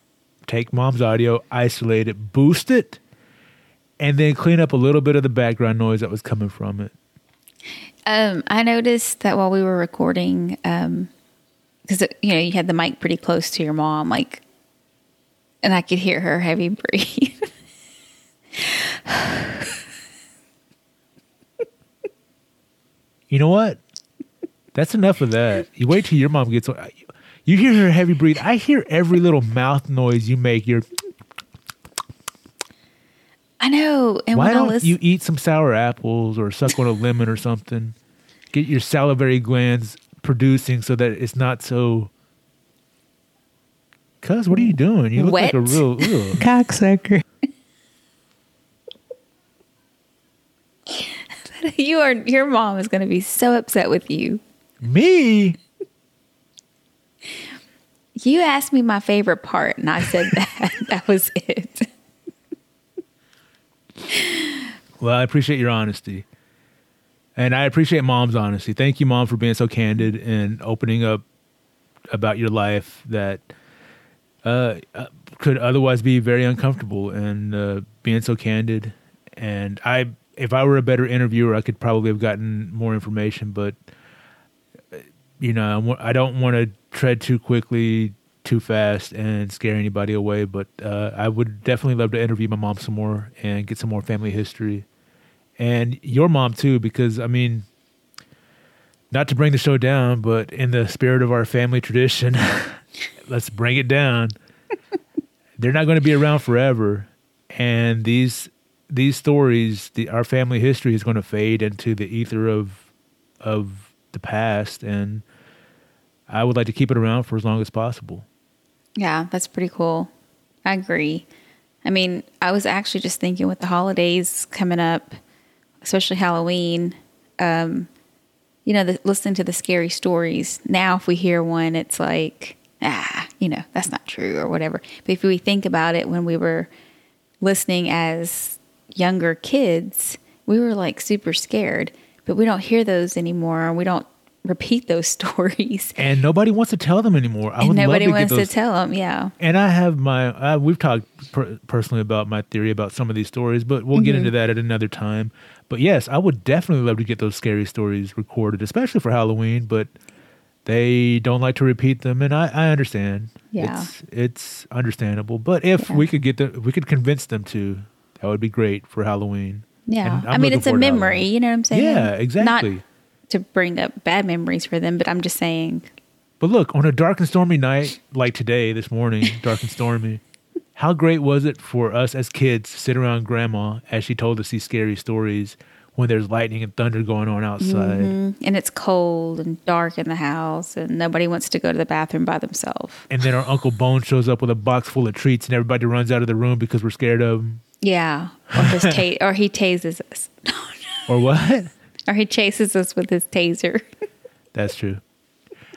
Speaker 2: take mom's audio, isolate it, boost it, and then clean up a little bit of the background noise that was coming from it.
Speaker 1: Um, I noticed that while we were recording, because it you know you had the mic pretty close to your mom, like, and I could hear her heavy breathe.
Speaker 2: You know what? That's enough of that. You wait till your mom gets. You hear her heavy breathe. I hear every little mouth noise you make. You're,
Speaker 1: I know, and
Speaker 2: why
Speaker 1: when I
Speaker 2: don't
Speaker 1: listen,
Speaker 2: you eat some sour apples or suck on a lemon or something? Get your salivary glands producing so that it's not so. Cuz, what are you doing? You look like a
Speaker 1: Wet?
Speaker 2: real. ugh.
Speaker 3: Cocksucker.
Speaker 1: you are your mom is going to be so upset with you.
Speaker 2: Me?
Speaker 1: You asked me my favorite part, and I said that that was it.
Speaker 2: Well, I appreciate your honesty. And I appreciate mom's honesty. Thank you, mom, for being so candid and opening up about your life that uh, uh, could otherwise be very uncomfortable and uh, being so candid. And I, if I were a better interviewer, I could probably have gotten more information, but uh, you know, I wa- I don't want to tread too quickly, too fast, and scare anybody away. But uh, I would definitely love to interview my mom some more and get some more family history, and your mom too, because I mean, not to bring the show down, but in the spirit of our family tradition, let's bring it down. They're not going to be around forever, and these these stories, the, our family history is going to fade into the ether of of the past, and I would like to keep it around for as long as possible.
Speaker 1: Yeah, that's pretty cool. I agree. I mean, I was actually just thinking with the holidays coming up, especially Halloween, um, you know, the, listening to the scary stories. Now, if we hear one, it's like, ah, you know, that's not true or whatever. But if we think about it, when we were listening as younger kids, we were like super scared, but we don't hear those anymore. We don't repeat those stories.
Speaker 2: And nobody wants to tell them anymore. I
Speaker 1: And
Speaker 2: would
Speaker 1: nobody
Speaker 2: love to
Speaker 1: wants
Speaker 2: get
Speaker 1: to
Speaker 2: those
Speaker 1: tell them. Yeah.
Speaker 2: and I have my uh, we've talked per- personally about my theory about some of these stories, but we'll get into
Speaker 1: Mm-hmm.
Speaker 2: that at another time. But yes, I would definitely love to get those scary stories recorded, especially for Halloween. But they don't like to repeat them, and I, I understand.
Speaker 1: Yeah.
Speaker 2: it's, it's understandable. But if we could get them, if we could convince them to. That would be great for Halloween.
Speaker 1: Yeah.
Speaker 2: And I'm
Speaker 1: I mean,
Speaker 2: looking
Speaker 1: it's a
Speaker 2: forward to
Speaker 1: memory.
Speaker 2: Halloween.
Speaker 1: You know what I'm saying?
Speaker 2: Yeah, exactly.
Speaker 1: Not to bring up bad memories for them, but I'm just saying,
Speaker 2: But look, on a dark and stormy night like today, this morning, dark and stormy, how great was it for us as kids to sit around grandma as she told us these scary stories when there's lightning and thunder going on outside?
Speaker 1: and it's cold and dark in the house, and nobody wants to go to the bathroom by themselves.
Speaker 2: And then our Uncle Bone shows up with a box full of treats and everybody runs out of the room because we're scared of him.
Speaker 1: Yeah, or his ta- or he tases us,
Speaker 2: Or what?
Speaker 1: or he chases us with his taser.
Speaker 2: That's true.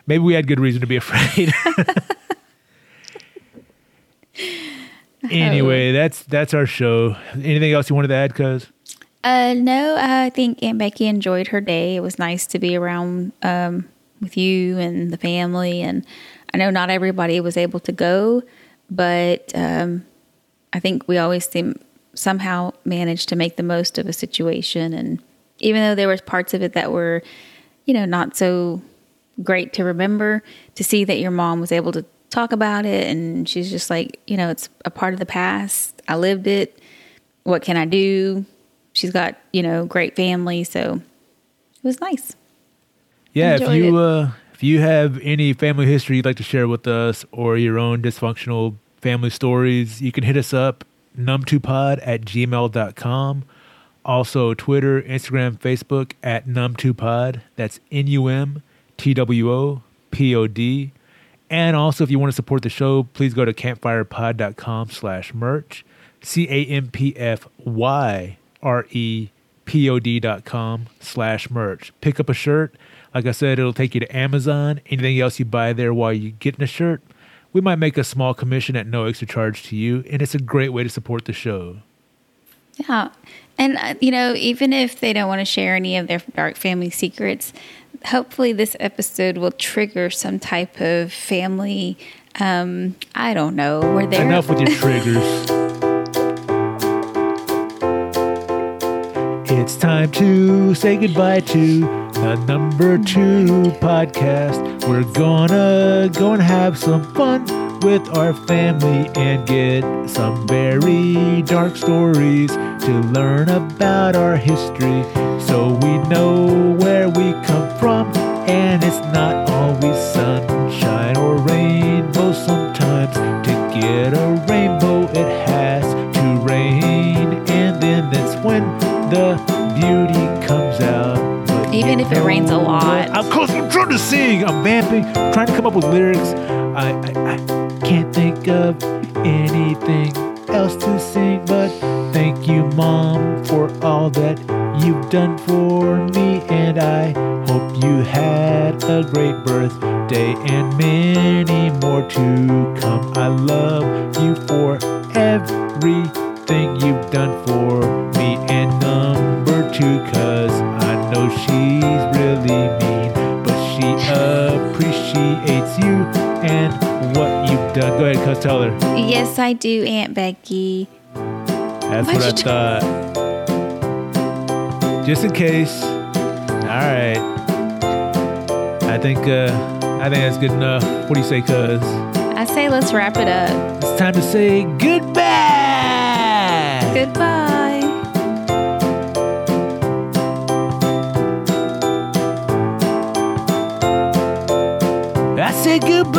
Speaker 2: Maybe we had good reason to be afraid. anyway, that's that's our show. Anything else you wanted to add, cuz?
Speaker 1: Uh, no, I think Aunt Becky enjoyed her day. It was nice to be around um, with you and the family. And I know not everybody was able to go, but um, I think we always seem somehow managed to make the most of a situation. And even though there was parts of it that were, you know, not so great to remember, to see that your mom was able to talk about it, and she's just like, you know, it's a part of the past. I lived it. What can I do? She's got you know great family, so it was nice.
Speaker 2: Yeah, if
Speaker 1: Enjoyed
Speaker 2: you
Speaker 1: it.
Speaker 2: uh if you have any family history you'd like to share with us or your own dysfunctional family stories, you can hit us up num2pod at gmail.com. Also Twitter, Instagram, Facebook at num2pod. That's N-U-M-T-W-O-P-O-D. And also if you want to support the show, please go to campfirepod.com slash merch. C A M P F Y R E pod.com slash merch. Pick up a shirt. Like I said, it'll take you to Amazon. Anything else you buy there while you're getting a shirt, we might make a small commission at no extra charge to you, and it's a great way to support the show.
Speaker 1: Yeah, and uh, you know even if they don't want to share any of their dark family secrets, hopefully this episode will trigger some type of family. Um, I don't know where they're
Speaker 2: Enough with your triggers. It's time to say goodbye to the number two podcast. We're gonna go and have some fun with our family and get some very dark stories to learn about our history so we know where we come from. And it's not always sunshine or rainbow sometimes. To get a rainbow, it has to rain. And then that's when the beauty comes out. But
Speaker 1: Even
Speaker 2: you
Speaker 1: if it
Speaker 2: know
Speaker 1: rains a lot.
Speaker 2: what? Of course, I'm trying to sing. I'm vamping, trying to come up with lyrics. I, I, I can't think of anything else to sing, but thank you, Mom, for all that you've done for me. And I hope you had a great birthday and many more to come. I love you for everything thing you've done for me and number two cause i know she's really mean but she appreciates you and what you've done go ahead cuz tell her
Speaker 1: Yes, I do, Aunt Becky.
Speaker 2: that's
Speaker 1: Why'd
Speaker 2: what i
Speaker 1: you do-
Speaker 2: thought just in case all right i think uh i think that's good enough what do you say cuz
Speaker 1: I say let's wrap it up.
Speaker 2: it's time to say goodbye
Speaker 1: Goodbye.
Speaker 2: i said goodbye